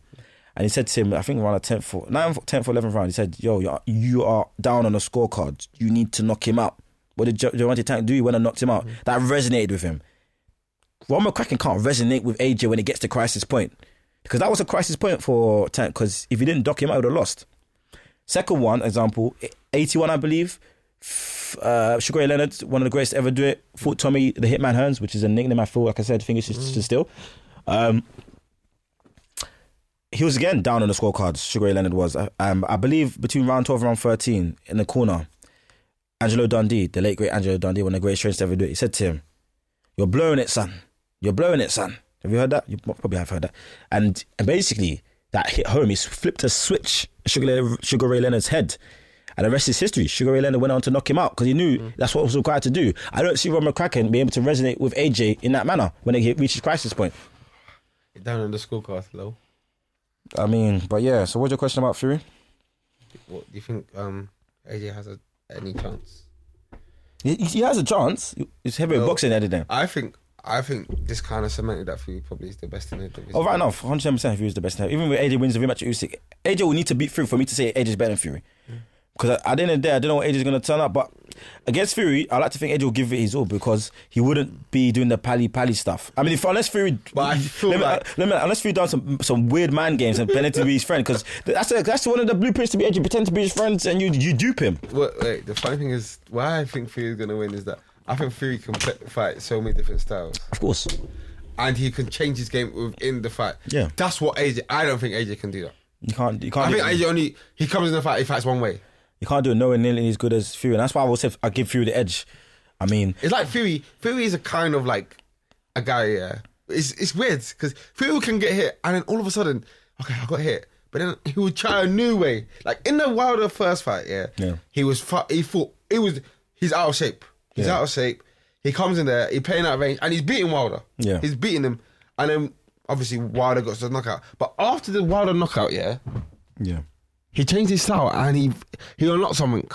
And he said to him, I think around the tenth or ninth, tenth or eleventh round, he said, "Yo, you are, you are down on the scorecard. You need to knock him out." What did Jo- Javante Tank do? He went and knocked him out. That resonated with him. Ron McCracken can't resonate with AJ when it gets to crisis point because that was a crisis point for Tank. Because if he didn't dock him, I would have lost. Second one, example, 81, I believe. F- Uh, Sugar Ray Leonard, one of the greatest to ever do it. Fought Tommy the Hitman Hearns, which is a nickname I feel, like I said, think it should, should still. Um, he was again down on the scorecards, Sugar Ray Leonard was. Uh, Um, I believe between round 12 and round 13, in the corner, Angelo Dundee, the late great Angelo Dundee, one of the greatest trainers to ever do it, he said to him, You're blowing it, son. You're blowing it, son. Have you heard that? You probably have heard that. And, and basically, that hit home. He s- flipped a switch in Sugar Ray, Sugar Ray Leonard's head. And the rest is history. Sugar Ray Leonard went on to knock him out because he knew that's what was required to do. I don't see Rob McCracken being able to resonate with AJ in that manner when it hit- reaches crisis point. Down on the scorecard, low. I mean, but yeah. So what's your question about Fury? What do you think? Um, AJ has a, any chance? He, he has a chance. He's heavyweight Well, boxing editing. I think. I think this kind of cemented that Fury probably is the best in the division. Oh, right now, 110% Fury is the best. now. Even with AJ wins the rematch at Usyk, AJ will need to beat Fury for me to say AJ is better than Fury. Mm. Because at the end of the day, I don't know what AJ is going to turn up. But against Fury, I like to think AJ will give it his all because he wouldn't be doing the pally pally stuff. I mean, if unless Fury, But I feel let me, like- let me, unless Fury done some some weird man games and pretended to be his friend, because that's a, that's one of the blueprints to be AJ. Pretend to be his friends and you you dupe him. Wait, wait, the funny thing is, why I think Fury's gonna win is that I think Fury can pl- fight so many different styles, Of course, and he can change his game within the fight. Yeah. that's what AJ. I don't think AJ can do that. you can't you can't. I do think it. AJ only he comes in the fight, he fights one way. you can't do it nowhere nearly as good as Fury. And that's why I will say I give Fury the edge. I mean, It's like Fury. Fury is a kind of like a guy. Yeah, it's it's weird because Fury can get hit, and then all of a sudden, okay, I got hit. But then he would try a new way. Like in the Wilder first fight, yeah, Yeah. he was fu- he thought he was he's out of shape. He's Yeah. out of shape. He comes in there, he playing out of range, and he's beating Wilder. Yeah. he's beating him, and then obviously Wilder got the knockout. But after the Wilder knockout, yeah, yeah. he changed his style and he he unlocked something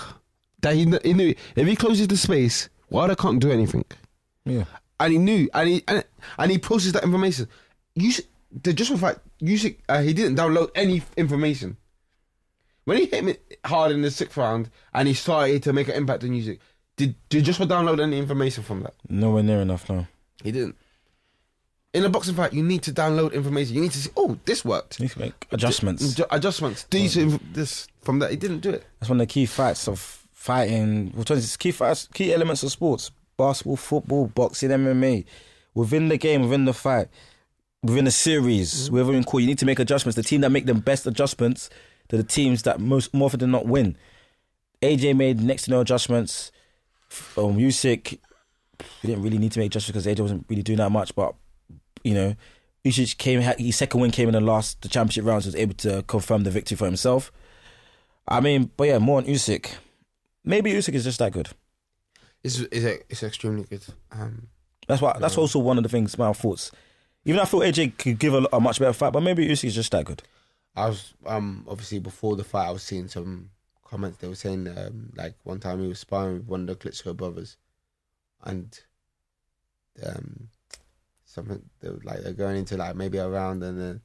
that he, kn- he knew if he closes the space, Wilder can't do anything. Yeah. And he knew, and he and, and he processed that information. You should, the just for fact, you should, uh, he didn't download any information. When he hit me hard in the sixth round and he started to make an impact on music, did did Joshua download any information from that? Nowhere near enough now. He didn't. In a boxing fight, you need to download information. You need to see, oh, this worked. Need to make adjustments. Ju- Adjustments. These this from that. He didn't do it. That's one of the key facts of fighting. Well, it's key facts, key elements of sports: basketball, football, boxing, MMA. Within the game, within the fight, within the series, wherever you call, you need to make adjustments. The team that make the best adjustments, to the teams that most more often than not win. AJ made next to no adjustments. Um, Usyk, he didn't really need to make adjustments because AJ wasn't really doing that much. But you know, Usyk came. His second win came in the last the championship rounds. Was able to confirm the victory for himself. I mean, but yeah, more on Usyk. Maybe Usyk is just that good. It's it's, it's extremely good. Um, That's why. That's also one of the things. My thoughts. Even I feel AJ could give a, a much better fight, but maybe Usyk is just that good. I was um obviously before the fight, I was seeing some comments. They were saying um, like one time he was sparring with one of the Klitschko brothers, and um something they were, like they're going into like maybe a round, and then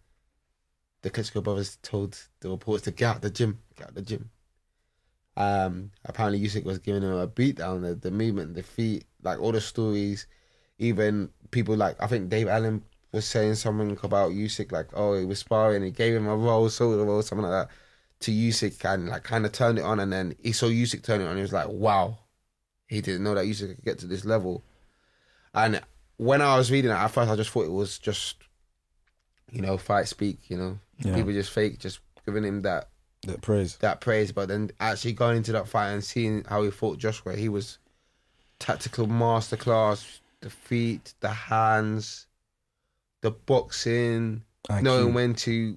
the Klitschko brothers told the reporters to get out the gym, get out the gym. Um, apparently Usyk was giving him a beatdown. The, the movement, the feet, like all the stories. Even people like I think Dave Allen was saying something about Usyk, like oh he was sparring, he gave him a roll, sold the roll, something like that to Usyk, and like kind of turned it on. And then he saw Usyk turn it on. He was like, wow, he didn't know that Usyk could get to this level. And when I was reading it at first, I just thought it was just you know fight speak, you know Yeah. people just fake, just giving him that That praise. that praise, but then actually going into that fight and seeing how he fought Joshua, he was tactical masterclass, the feet, the hands, the boxing, IQ. knowing when to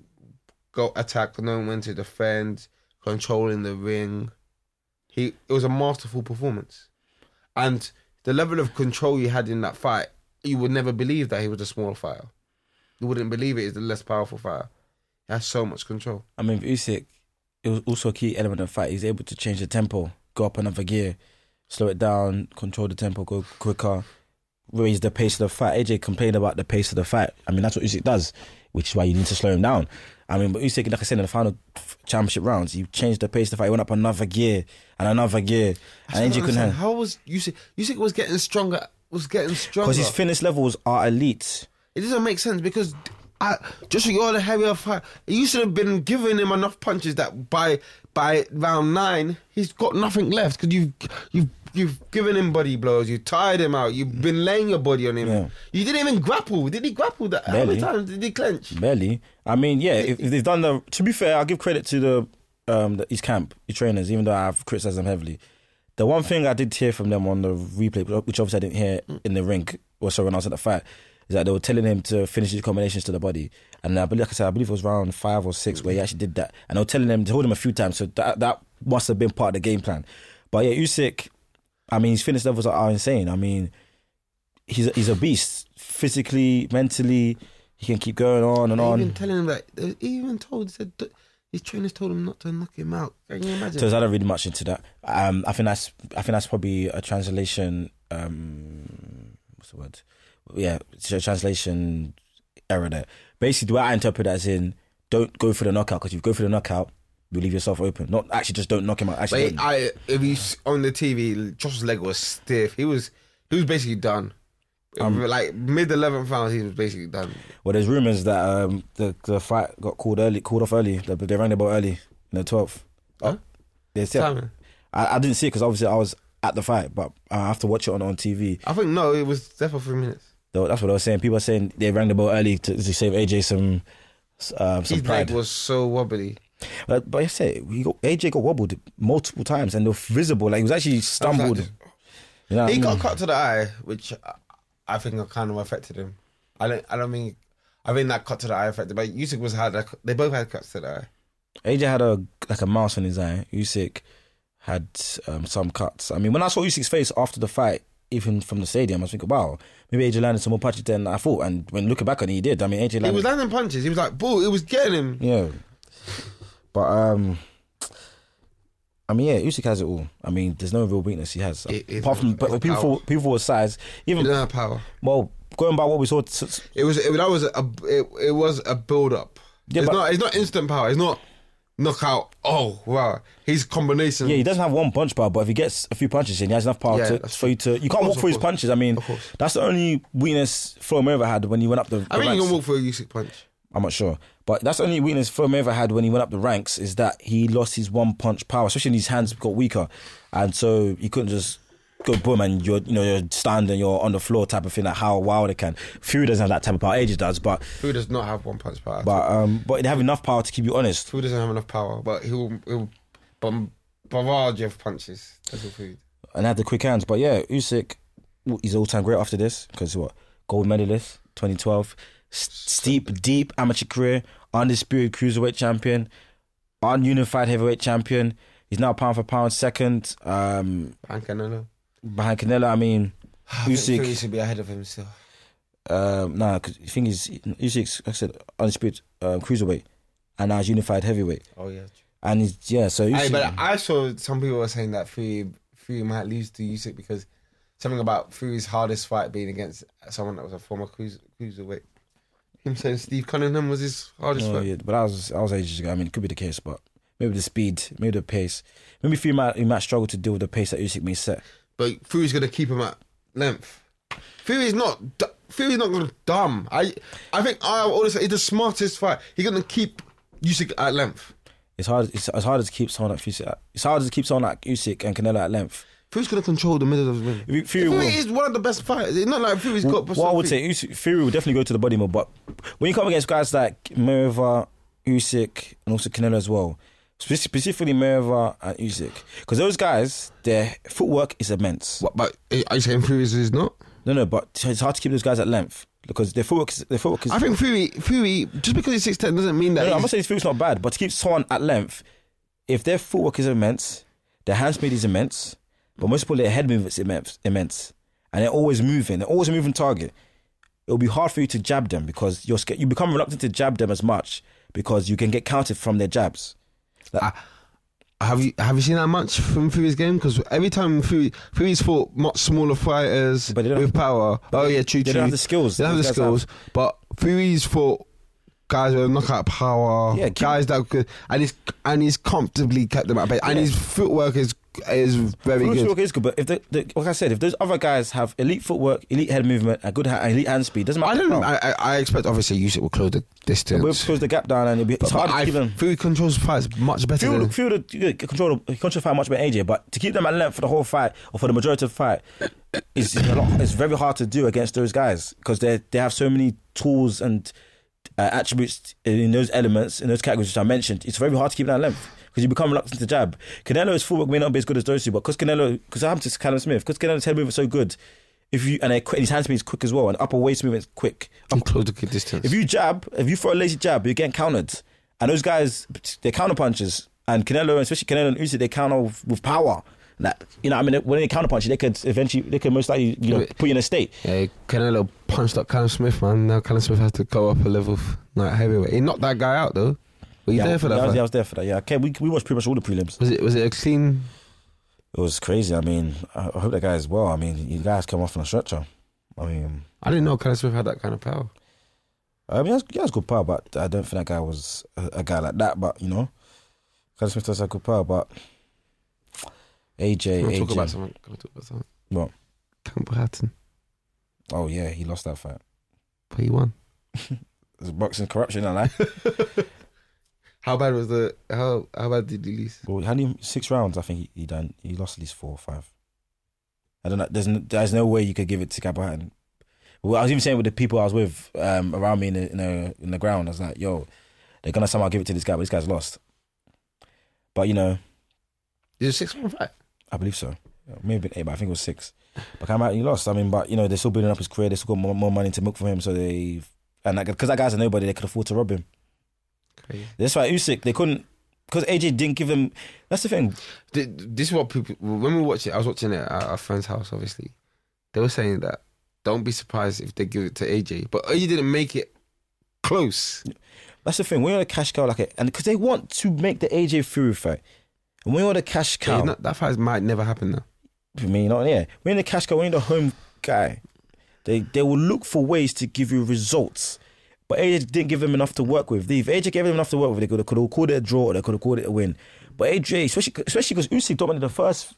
go attack, knowing when to defend, controlling the ring. He it was a masterful performance. And the level of control he had in that fight, you would never believe that he was a small fighter. You wouldn't believe it is the less powerful fighter. He has so much control. I mean, with Usyk, it was also a key element of the fight. He's able to change the tempo, go up another gear, slow it down, control the tempo, go quicker, raise the pace of the fight. AJ complained about the pace of the fight. I mean, that's what Usyk does, which is why you need to slow him down. I mean, but Usyk, like I said, in the final championship rounds, he changed the pace of the fight. He went up another gear and another gear, and AJ don't couldn't understand. handle How was Usyk? Usyk was getting stronger. Was getting stronger. because his fitness levels are elite. it doesn't make sense because I, just you're the heavier fight. You should have been giving him enough punches that by by round nine he's got nothing left because you've you've you've given him body blows. You tired him out. You've been laying your body on him. Yeah. You didn't even grapple. Did he grapple that? How many Barely. times did he clench? Barely. I mean, yeah. If, if they've done the, to be fair, I'll give credit to the um the, his camp, his trainers, even though I've criticised them heavily. The one thing I did hear from them on the replay, which obviously I didn't hear in the ring, or sorry, when I was at the fight, is that they were telling him to finish his combinations to the body. And I believe, like I said, I believe it was round five or six where he actually did that. And they were telling him to hold him a few times. So that that must have been part of the game plan. But yeah, Usyk, I mean, his fitness levels are, are insane. I mean, he's a, he's a beast physically, mentally. He can keep going on and Even on. telling him that, he even told, said, his trainers told him not to knock him out. Can you imagine? So I don't read much into that. Um, I think that's I think that's probably a translation. Um, what's the word? Yeah, it's a translation error there. Basically, the way I interpret that is in don't go for the knockout because if you go for the knockout, you leave yourself open. Not actually just don't knock him out. Actually, But don't. I, if you s- on the TV, Josh's leg was stiff. He was, he was basically done. Um, like mid eleventh round, he was basically done. well, there's rumors that um, the the fight got called early, called off early. They, they rang the bell early in the twelfth. Oh, Huh? They said, Simon. I, I didn't see it because obviously I was at the fight, but I have to watch it on on TV. I think no, it was there for three minutes. Though That's what I was saying. People are saying they rang the bell early to, to save AJ some um, some His pride. leg was so wobbly. but, but I say he got, AJ got wobbled multiple times and they were visible. Like he was actually stumbled. just- you know what I He got mean? cut to the eye, which I- I think kind of affected him. I don't, I don't think, I think that cut to the eye affected. But Usyk was had, a- they both had cuts to the eye. AJ had a like a mouse on his eye. Usyk had um, some cuts. I mean, when I saw Usyk's face after the fight, even from the stadium, I was thinking, wow, maybe AJ landed some more punches than I thought. And when looking back on it, he did. I mean, AJ He landed was landing punches. He was like, bull. It was getting him. Yeah. But um I mean yeah, Usyk has it all. I mean, there's no real weakness he has. It- it- Apart from but it's people people with size, He even didn't have power. well, going by what we saw s- s- It was, it, that was a, it, it was a build up. Yeah, it's but- not, it's not instant power. It's not knockout. Oh wow, his combination. yeah, he doesn't have one punch power, but if he gets a few punches in, he has enough power Yeah, to, that's for you to. You can't course, walk of through his course. punches. I mean, course. that's the only weakness Flo Merva had when he went up the. I mean, the you ranks. can walk for a Usyk punch. I'm not sure, but that's the only weakness Flo Merva had when he went up the ranks is that he lost his one punch power, especially when his hands got weaker, and so he couldn't just go boom and you're you know you're standing, you're on the floor type of thing. Like how wild it can. Fury doesn't have that type of power. Age does, but Who does not have one punch power? but um but they have enough power to keep you honest. Food doesn't have enough power, but he'll he'll bom- barrage of punches. That's what food. and had the quick hands. But yeah, Usyk, w- he's all time great after this because what gold medalist 2012, S- steep deep amateur career, undisputed cruiserweight champion, ununified heavyweight champion. He's now pound for pound second um, And Canelo. behind Canelo. I mean, He Usyk. should be ahead of him still. Um, nah, 'cause the thing is, Usyk's like I said undisputed um, cruiserweight, and now he's unified heavyweight. Oh yeah. And he's, yeah, so Usyk, Hey, but I saw some people were saying that Fury Fury might lose to Usyk because something about Fury's hardest fight being against someone that was a former cruiser, cruiserweight. Him saying Steve Cunningham was his hardest No, fight. Oh, yeah, but that was that was ages ago. I mean, it could be the case, but maybe the speed, maybe the pace, maybe Fury might he might struggle to deal with the pace that Usyk may set. But Fury's gonna keep him at length. Fury's not. d- Fury's not gonna dumb. I I think I always say he's the smartest fight. He's gonna keep Usyk at length. It's hard. It's, it's harder to keep someone like Usyk. It's harder to keep someone like Usyk and Canelo at length. Fury's gonna control the middle of the ring. If you- Fury Fury will. is one of the best fighters. It's not like Fury's got. What I would say, Usyk, Fury will definitely go to the body more, but when you come against guys like Merva, Usyk, and also Canelo as well, spe- specifically Merva and Usyk, because those guys, their footwork is immense. What, but are you saying Fury is not? No, no, but it's hard to keep those guys at length because their footwork is their footwork is. I think Fury, Fury, just because he's six ten doesn't mean that. No, no, I'm not he's, saying his footwork's not bad, but to keep someone at length, if their footwork is immense, their hand speed is immense, but most importantly, their head movement is immense, immense, and they're always moving. They're always a moving target. It'll be hard for you to jab them because you're scared. You become reluctant to jab them as much because you can get counted from their jabs. have you have you seen that much from Fury's game? Because every time Fury, Fury's fought much smaller fighters But they don't- with power. Oh yeah, true, They true. don't have the skills. They don't have the these guys skills, but Fury's fought guys with knockout power. Yeah, keep- guys that could, and he's and he's comfortably kept them at bay, and Yeah. his footwork is is very Bruce good. Wilk is good, but if the, the, like I said, if those other guys have elite footwork, elite head movement, and good, hand, elite hand speed, doesn't matter. I don't. No. I, I I expect obviously Usyk will close the distance. We'll close the gap down, and it'll be, it's But hard to I- keep them. Fury controls fights much better. Feel than, the, feel the you get control the control the fight much better than AJ, but to keep them at length for the whole fight or for the majority of the fight is a lot, it's very hard to do against those guys because they they have so many tools and uh, attributes in those elements in those categories which I mentioned. It's very hard to keep them at length because you become reluctant to jab. Canelo's footwork may not be as good as those two, but because Canelo because I happened to Callum Smith because Canelo's head move is so good. If you and they're quick, his hand speed is quick as well, and upper waist movement's quick. I'm close to good distance. If you jab, if you throw a lazy jab, you're getting countered. And those guys, they're counter punches. And Canelo, especially Canelo and Usyk, they counter with, with power. Like, you know, I mean, when they counter punch, you, they could eventually, they could most likely, you know, Yeah. put you in a state. yeah, Canelo punched up Callum Smith, man. Now Callum Smith has to go up a level, f- like heavyweight. He knocked that guy out though. Were you yeah, there for that? I was, fight? yeah, I was there for that. Yeah, okay, we we watched pretty much all the prelims. Was it was it a clean? It was crazy. I mean, I I hope that guy is well. I mean, you guys come off on a stretcher. I mean, I didn't know Callum Smith had that kind of power. I mean, that's, yeah, that's good power, but I don't think that guy was a, a guy like that. But you know, Callum Smith does have good power, but AJ, Can we AJ, talk about something? Can we talk about something? What? Campbell Hatton, oh yeah, he lost that fight. but he won. It's boxing corruption, I like. How bad was the how how bad did he lose? well, how many six rounds? I think he, he done. He lost at least four or five. I don't know. There's no, there's no way you could give it to Gabahan. Well, I was even saying with the people I was with um, around me in the, in the in the ground. I was like, yo, they're gonna somehow give it to this guy, but this guy's lost. But you know, It was six one fight. I believe so. Maybe eight, but I think it was six. But came out and he lost. I mean, but you know, they're still building up his career. They still got more, more money to milk for him. So they and because that guy's a nobody, they could afford to rob him. Crazy. That's why Usyk they couldn't because AJ didn't give him. That's the thing. Th- This is what people when we watch it. I was watching it at our friend's house. Obviously, they were saying that don't be surprised if they give it to AJ, but AJ didn't make it close. That's the thing. When you're a cash cow like it, and because they want to make the AJ Fury fight, and when you're the cash cow, It's not- that fight might never happen now. I mean, not yeah. When you're the cash cow, when you're the home guy, they they will look for ways to give you results. But AJ didn't give them enough to work with. If AJ gave them enough to work with, they could have, could have called it a draw or they could have called it a win. But AJ, especially especially because Usyk dominated the first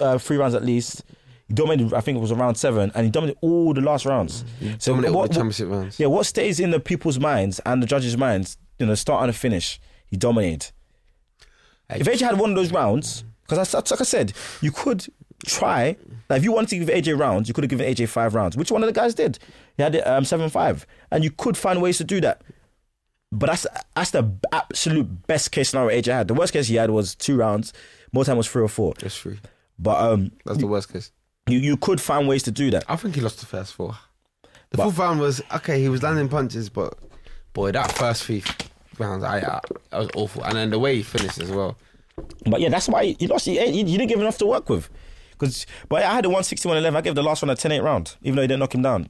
uh, three rounds at least. He dominated, I think it was around seven, and he dominated all the last rounds. So Dominate Mm-hmm. all the what- what- championship rounds. yeah, what stays in the people's minds and the judges' minds, you know, start and finish, he dominated. If AJ had one of those rounds, because like I said, you could try. Like if you wanted to give AJ rounds, you could have given AJ five rounds, which one of the guys did. He had it um, seven five, and you could find ways to do that. But that's that's the b- absolute best case scenario AJ had. The worst case he had was two rounds. More time was three or four. That's true. But um, That's the worst case. you you could find ways to do that. I think he lost the first four. The But- fourth round was okay. He was landing punches, but boy, that first three rounds, I, I that was awful. And then the way he finished as well. But yeah, that's why you lost. You, you didn't give him enough to work with. Because, but I had a 161.11. I gave the last one a 10-8 round, even though he didn't knock him down.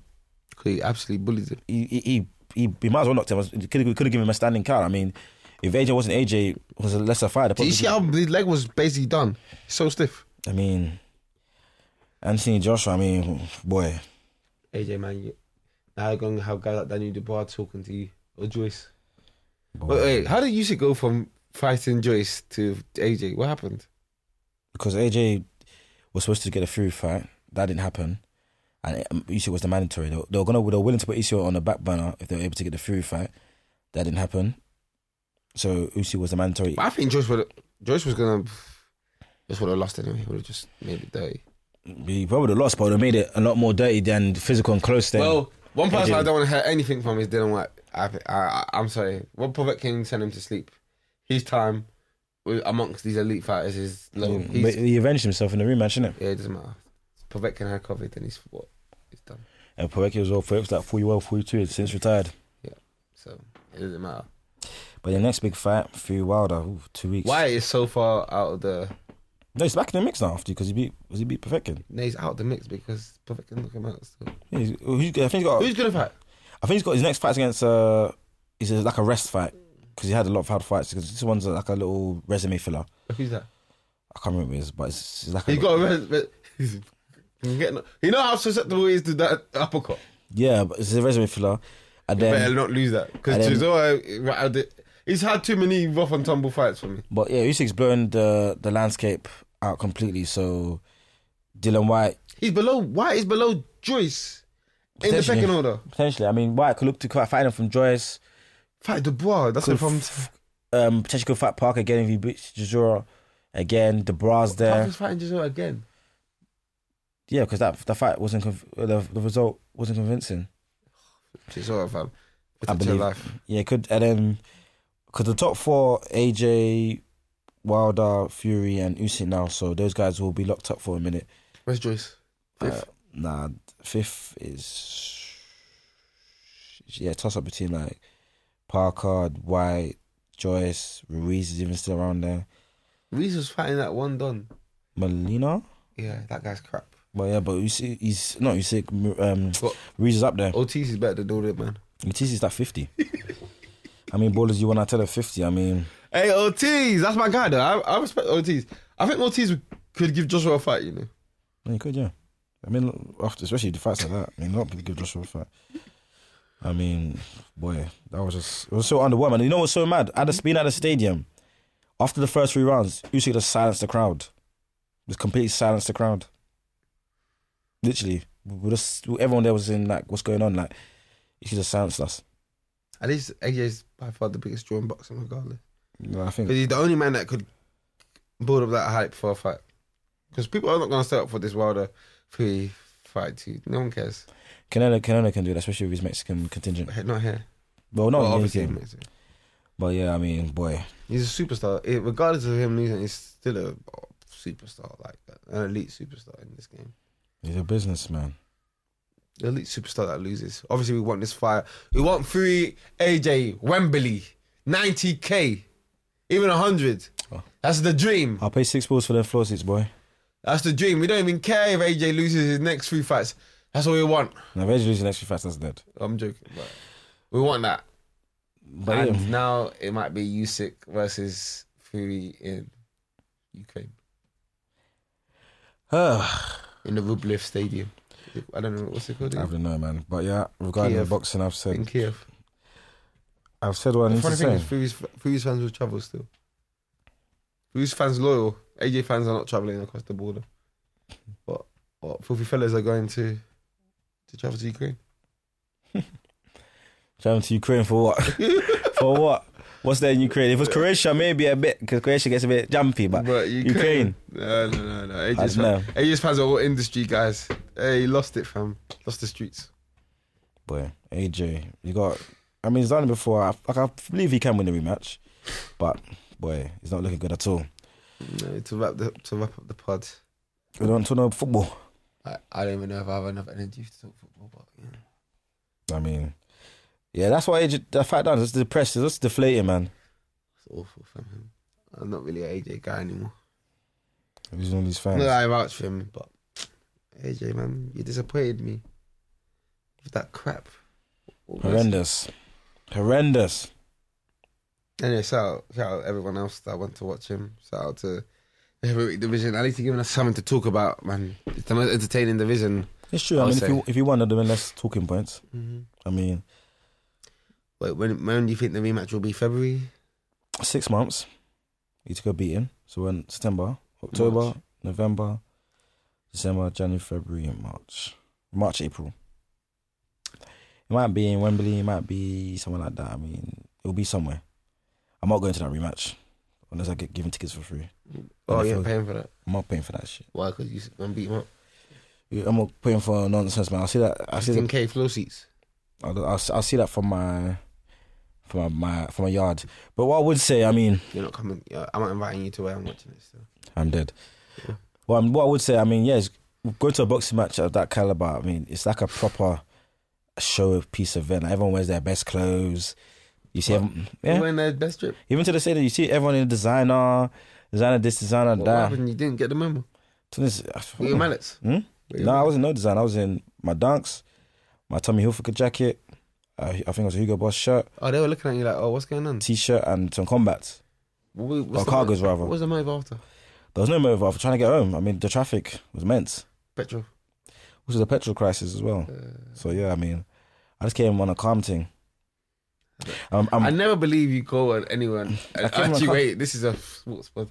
He absolutely bullied him. He he he, he, he might as well knocked him. Could could have given him a standing count. I mean, if AJ wasn't AJ, was a lesser fighter. Do you see how his leg was basically done? So stiff. I mean, Anthony Joshua. I mean, boy, AJ, man, you, now you're going to have guys like Daniel Dubois talking to you or Joyce. Wait, wait, how did Usyk go from fighting Joyce to AJ? What happened? because AJ was supposed to get a Fury fight, that didn't happen, and um, Usyk was the mandatory. They were, they were gonna, they were willing to put Usyk on the back burner if they were able to get the Fury fight. That didn't happen. So Usyk was the mandatory. But I think Joyce would Joyce was gonna just would have lost anyway. Would have just made it dirty. We probably would have lost, but would have made it a lot more dirty than physical and close. Then Well, one person AJ. I, don't want to hear anything from is Dylan White. I, I, I'm sorry. What Prophet King sent him to sleep. His time with- amongst these elite fighters is low. Mm, He's- but he avenged himself in the rematch, didn't yeah, it doesn't matter. Povetkin had COVID, and he's what? He's done. And Povetkin was all for it was like 41, 42, he's since retired. So it doesn't matter. But the next big fight, Fury Wilder, ooh, two weeks. Why is so far out of the? No, he's back in the mix now after because he beat was he beat Povetkin. No, he's out of the mix because Povetkin look him out. So. Yeah, he's- who- I think he's got. Who's gonna fight? I think he's got his next fight against. Uh, he's a- like a rest fight because he had a lot of hard fights. Because this one's like a little resume filler. Who's that? I can't remember his, but it's, it's like He's a, got a red. red he's he's getting. You know how susceptible he is to that uppercut. yeah, but it's a resume filler. And then Better not lose that because and then- Chisora, he's had too many rough and tumble fights for me. But yeah, Usyk's blowing the the landscape out completely. So Dylan White He's below. Why is below Joyce in the Potentially. second order? potentially. I mean, White could look to quite fight him from Joyce. Fight Dubois. That's the Could problem. f- um, potentially could fight Park again if he beats Jazura again. The bras there, Parker's fighting Giselle again. yeah, because that that fight wasn't conv- uh, the, the result wasn't convincing. Giselle, fam. I Protect your believe- life. Yeah, it could and then because the top four AJ. Wilder, Fury, and Usyk now, so those guys will be locked up for a minute. Where's Joyce? Uh, Fifth. Nah, fifth is yeah, toss up between like Parker, White, Joyce, Ruiz is even still around there. Reese was fighting that one done. Molina, Yeah, that guy's crap. well yeah, but you see, he's no, you see, um, What? Ruiz is up there. Ortiz is better than all that man. Matisse is at fifty. I mean, ballers, you want to tell her fifty? I mean, Hey, Ortiz, that's my guy though. I, I respect Ortiz. I think Ortiz could give Joshua a fight, you know. you could yeah. I mean, after especially the fights like that. I mean, not people give Joshua a fight. I mean, boy, that was just it was so underwhelming. And you know what's so mad? At the being at the stadium, after the first three rounds, Usyk just silenced the crowd. Just completely silenced the crowd. Literally, we were just everyone there was in like, what's going on? Like, Usyk just silenced us. At least AJ is by far the biggest drawing boxer, regardless. You know, I think Because he's the only man that could build up that hype for a fight. Because people are not going to stay up for this Wilder three fight. Two. No one cares. Canelo, Canelo can do that, especially with his Mexican contingent. He- Not here. Well, not Well, in his obviously, game, Mexico. but yeah, I mean, boy, He's a superstar. It- regardless of him losing, he's still a superstar, like an elite superstar in this game. he's a businessman. elite superstar that loses. Obviously, we want this fire. We want three AJ Wembley, 90k, even 100. Oh. That's the dream. I'll pay six balls for their floor seats, boy. That's the dream. We don't even care if AJ loses his next three fights. That's what we want. Now, if Edge loses the next few fights, that's dead. I'm joking, but we want that. But and yeah, now it might be Usyk versus Fury in Ukraine in the Rublev Stadium. I don't know what's it called. I don't know, man. But yeah, regarding Kiev. the boxing, I've in said, Kiev. I've said what I The need funny to thing say. is, Fury's, Fury's fans will travel still. Fury's fans loyal. AJ fans are not traveling across the border. But what filthy fellas are going to to travel to Ukraine? Traveling to Ukraine for what? for what? What's there in Ukraine? If it was Croatia, maybe a bit, because Croatia gets a bit jumpy. But, Ukraine, No, no, no, no. I AJ's, fan, don't know. AJ's fans are all industry guys. Hey, lost it, fam. Lost the streets. boy, AJ, you got. I mean, he's done it before. I, like, I believe he can win the rematch, but boy, he's not looking good at all. No, to wrap the to wrap up the pod. We don't talk no football. I, I don't even know if I have enough energy to talk football, but you know. I mean, yeah, that's why AJ, the fact that it's depressed, it's just deflating, man. it's awful from him. I'm not really an AJ guy anymore. Losing all these fans. No, I vouch for him, but AJ, man, you disappointed me with that crap. What was- Horrendous. Horrendous. Anyway, shout out, shout out everyone else that went to watch him. Shout out to the heavyweight division. At least they're giving us something to talk about, man. It's the most entertaining division. It's true. I I, mean, would if you, if you won, then less talking points. Mm-hmm. I mean, Wait, when when do you think the rematch will be? February, six months, you took a beating. So when September, October, March. November, December, January, February, and March. March, April. It might be in Wembley, it might be somewhere like that. I mean, it'll be somewhere. I'm not going to that rematch unless I get given tickets for free. Oh, And I you're feel- paying for that. I'm not paying for that shit. Why? Because you s- gonna beat him up. I'm not paying for nonsense, man. I see that. I see that 15k flow seats. Mm-hmm. I'll, I'll, I'll see that from my from my, my from my yard. But what I would say, I mean, You're not coming. yeah, I'm not inviting you to where I'm watching it. So. I'm dead. Well, I'm, what I would say, I mean, yes, going to a boxing match of that caliber, I mean, it's like a proper show of piece event. Like, everyone wears their best clothes. You see, everyone- Yeah. yeah. in their best trip. Even to the say that you see everyone in designer, designer this, designer What, what that. happened? You didn't get the memo. So this- Were your mallets? Hmm? Were your No, I mallets? wasn't no design. I was in my dunks, my Tommy Hilfiger jacket. Uh, I think it was a Hugo Boss shirt, Oh, they were looking at you like, oh, what's going on? t-shirt, and some combats. What we- Or what's the- cargoes, rather. What was the move after? There was no move after trying to get home. I mean, the traffic was immense. Petrol. Which is a petrol crisis as well. Uh, So yeah, I mean, I just came on a calm thing. Um, I'm, I never believe you go on anyone. I came on Actually, car- wait, this is a sports pod.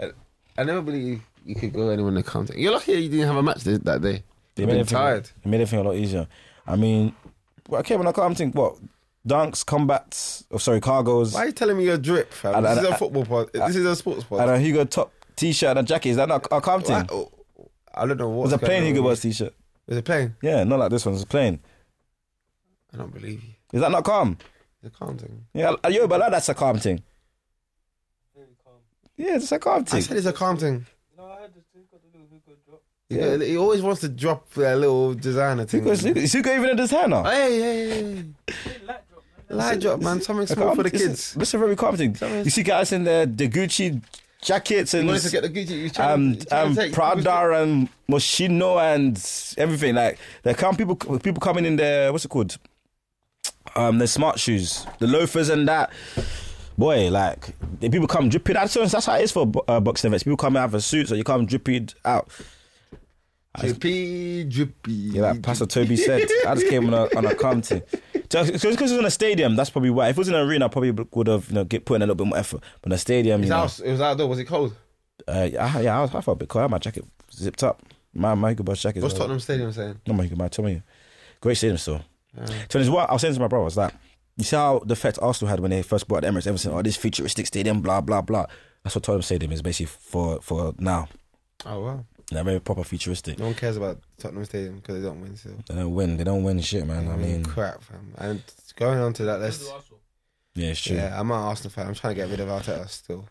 I, I never believe you could go anyone in contact. You're lucky you didn't have a match th- that day. they You've made been everything, tired. It made everything a lot easier. I mean, well, I came on a calm thing. What dunks, combats? Oh, sorry, cargos. Why are you telling me you're drip, fam? And- this and- is a football pod. this is a sports pod. And a Hugo top t-shirt and a jacket. Is that not a calm Why- thing? It oh, I don't know what. was a plain Hugo Boss t-shirt. Was it playing? Yeah, not like this one. It's plain. I don't believe you. Is that not calm? It's a calm thing. Yeah, I- yo, but like, that's a calm thing. Yeah, it's a calm I thing. said it's a calm thing. Yeah, he always wants to drop that little designer thing. Oh, Zuko, Zuko even a designer. Hey, hey, hey. Light drop, man. Something small for the kids. Listen, very carpeting. You see guys in their the Gucci jackets and wanted to get the Gucci. You tried- you and tried to um, take- Prada and Moschino and everything. Like there come people people coming in their what's it called? Um, their smart shoes, the loafers and that. Boy, like the people come dripping out. So that's how it is for bo- uh, boxing events. People come out for suits, or you come dripping out. Drippy, drippy. Yeah, like Pastor Toby said, I just came on a, on a calm thing. So because it was in a stadium, that's probably why. If it was in an arena, I probably would have you know get put in a little bit more effort. But in a stadium, It you was, know, out, it was outdoor. Was it cold? uh, yeah, I- yeah, I, was, I felt a bit cold. I had my jacket zipped up. My my Hugo Boss jacket. What's as well. Tottenham Stadium saying? Oh my god, man, tell me. Great stadium still. So this is what I was saying to my brother was that you see how the effect Arsenal had when they first bought the Emirates, everything, oh this futuristic stadium, blah blah blah. That's what Tottenham Stadium is basically for for now. Oh wow, They're very proper futuristic. no one cares about Tottenham Stadium because they don't win. So They don't win. They don't win shit, Mm. man. I mean, crap, fam. And going on to that list, yeah, it's true. yeah, I'm an Arsenal fan. I'm trying to get rid of Arteta still.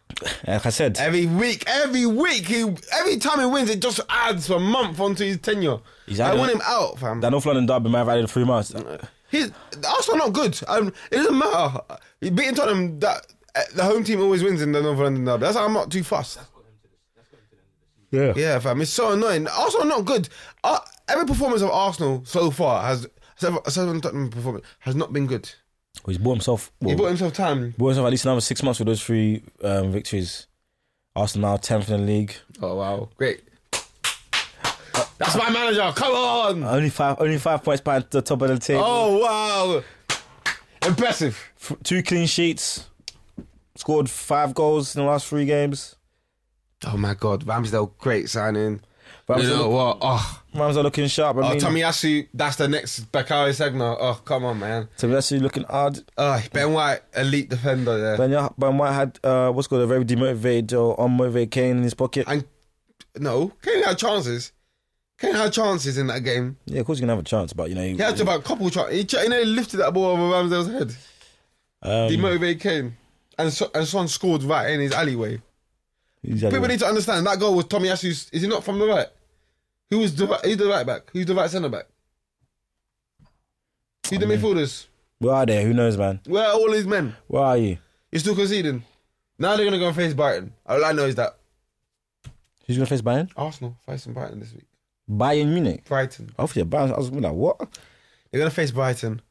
Like I said, Every week, every week, he, every time he wins, it just adds a month onto his tenure. He's I had want a- him out, fam. that North London derby might have added three months. He's Arsenal not good. Um, it doesn't matter. He beating Tottenham, that uh, the home team always wins in the North London derby. That's why I'm not too fussed. Yeah. Yeah, fam, it's so annoying. Arsenal not good. Uh, every performance of Arsenal so far has, except for- except for Tottenham performance, has not been good. He's bought himself. He Well, bought himself time. bought himself at least another six months with those three um, victories. Arsenal now tenth in the league. Oh wow, great. That's my manager. Come on. Only five, only five points behind the top of the table. Oh wow, impressive. f- two clean sheets, scored five goals in the last three games. Oh my god, Ramsdale, great signing. Ramsdale, you know what? Oh, Rams are looking sharp. I oh mean, Tomiyasu, that's the next Bakari Segna. Oh, come on, man. Tomiyasu looking hard. Oh, ben White, elite defender there. Ben, Ya- ben White had uh, what's called a very demotivated or unmotivated Kane in his pocket. and no, Kane had chances. Kane had chances in that game. Yeah, of course you can have a chance, but you know, He had about a couple chances. He, ch- you know, he lifted that ball over Ramsdale's head. um, Demotivated Kane. And, so- and Son scored right in his alleyway. he's had a- People need to understand that goal was Tomiyasu's. Is he not from the right? Who was the right, who's the right back? Who's the right centre back? Who's the midfielders? Where are they? Who knows, man? Where are all his men? Where are you? You're still conceding. Now they're gonna go and face Brighton. All I know is that Who's gonna face Bayern? Arsenal facing Brighton this week. Bayern Munich. Brighton. Oh, yeah, Bayern. I was like, what? They're gonna face Brighton.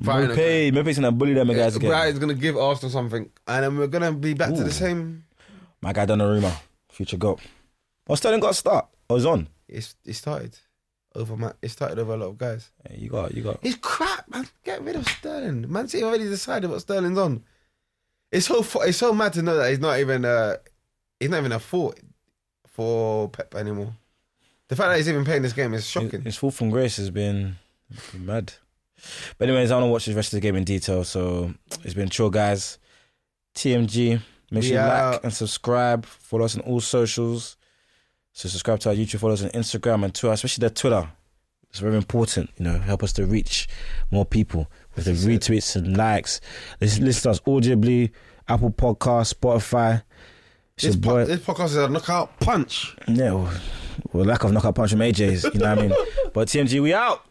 Brighton. again. Mbappe, Mbappe's gonna bully them guys again. Brighton's gonna give Arsenal something, and then we're gonna be back to the same. My guy Donnarumma, future goal. Oh, Sterling got a start. I was on. It's it started over man. It started over a lot of guys. Yeah, You got, you got. It's crap, man. Get rid of Sterling. Man City already decided what Sterling's on. It's so fu- it's so mad to know that he's not even uh he's not even a thought for Pep anymore. The fact that he's even playing this game is shocking. His fall from grace has been, been mad. But anyways, I want to watch the rest of the game in detail. So it's been chill, guys. TMG. Make We sure you out. like and subscribe. Follow us on all socials. So subscribe to our YouTube, follow us on Instagram and Twitter, especially their Twitter. It's very important, you know, help us to reach more people with the retweets and likes. Listen, listen to us audibly, Apple Podcast, Spotify. It's This, your po- boy- this podcast is a knockout punch. yeah, well, well, lack of knockout punch from AJ's, you know what I mean? But TMG, we out.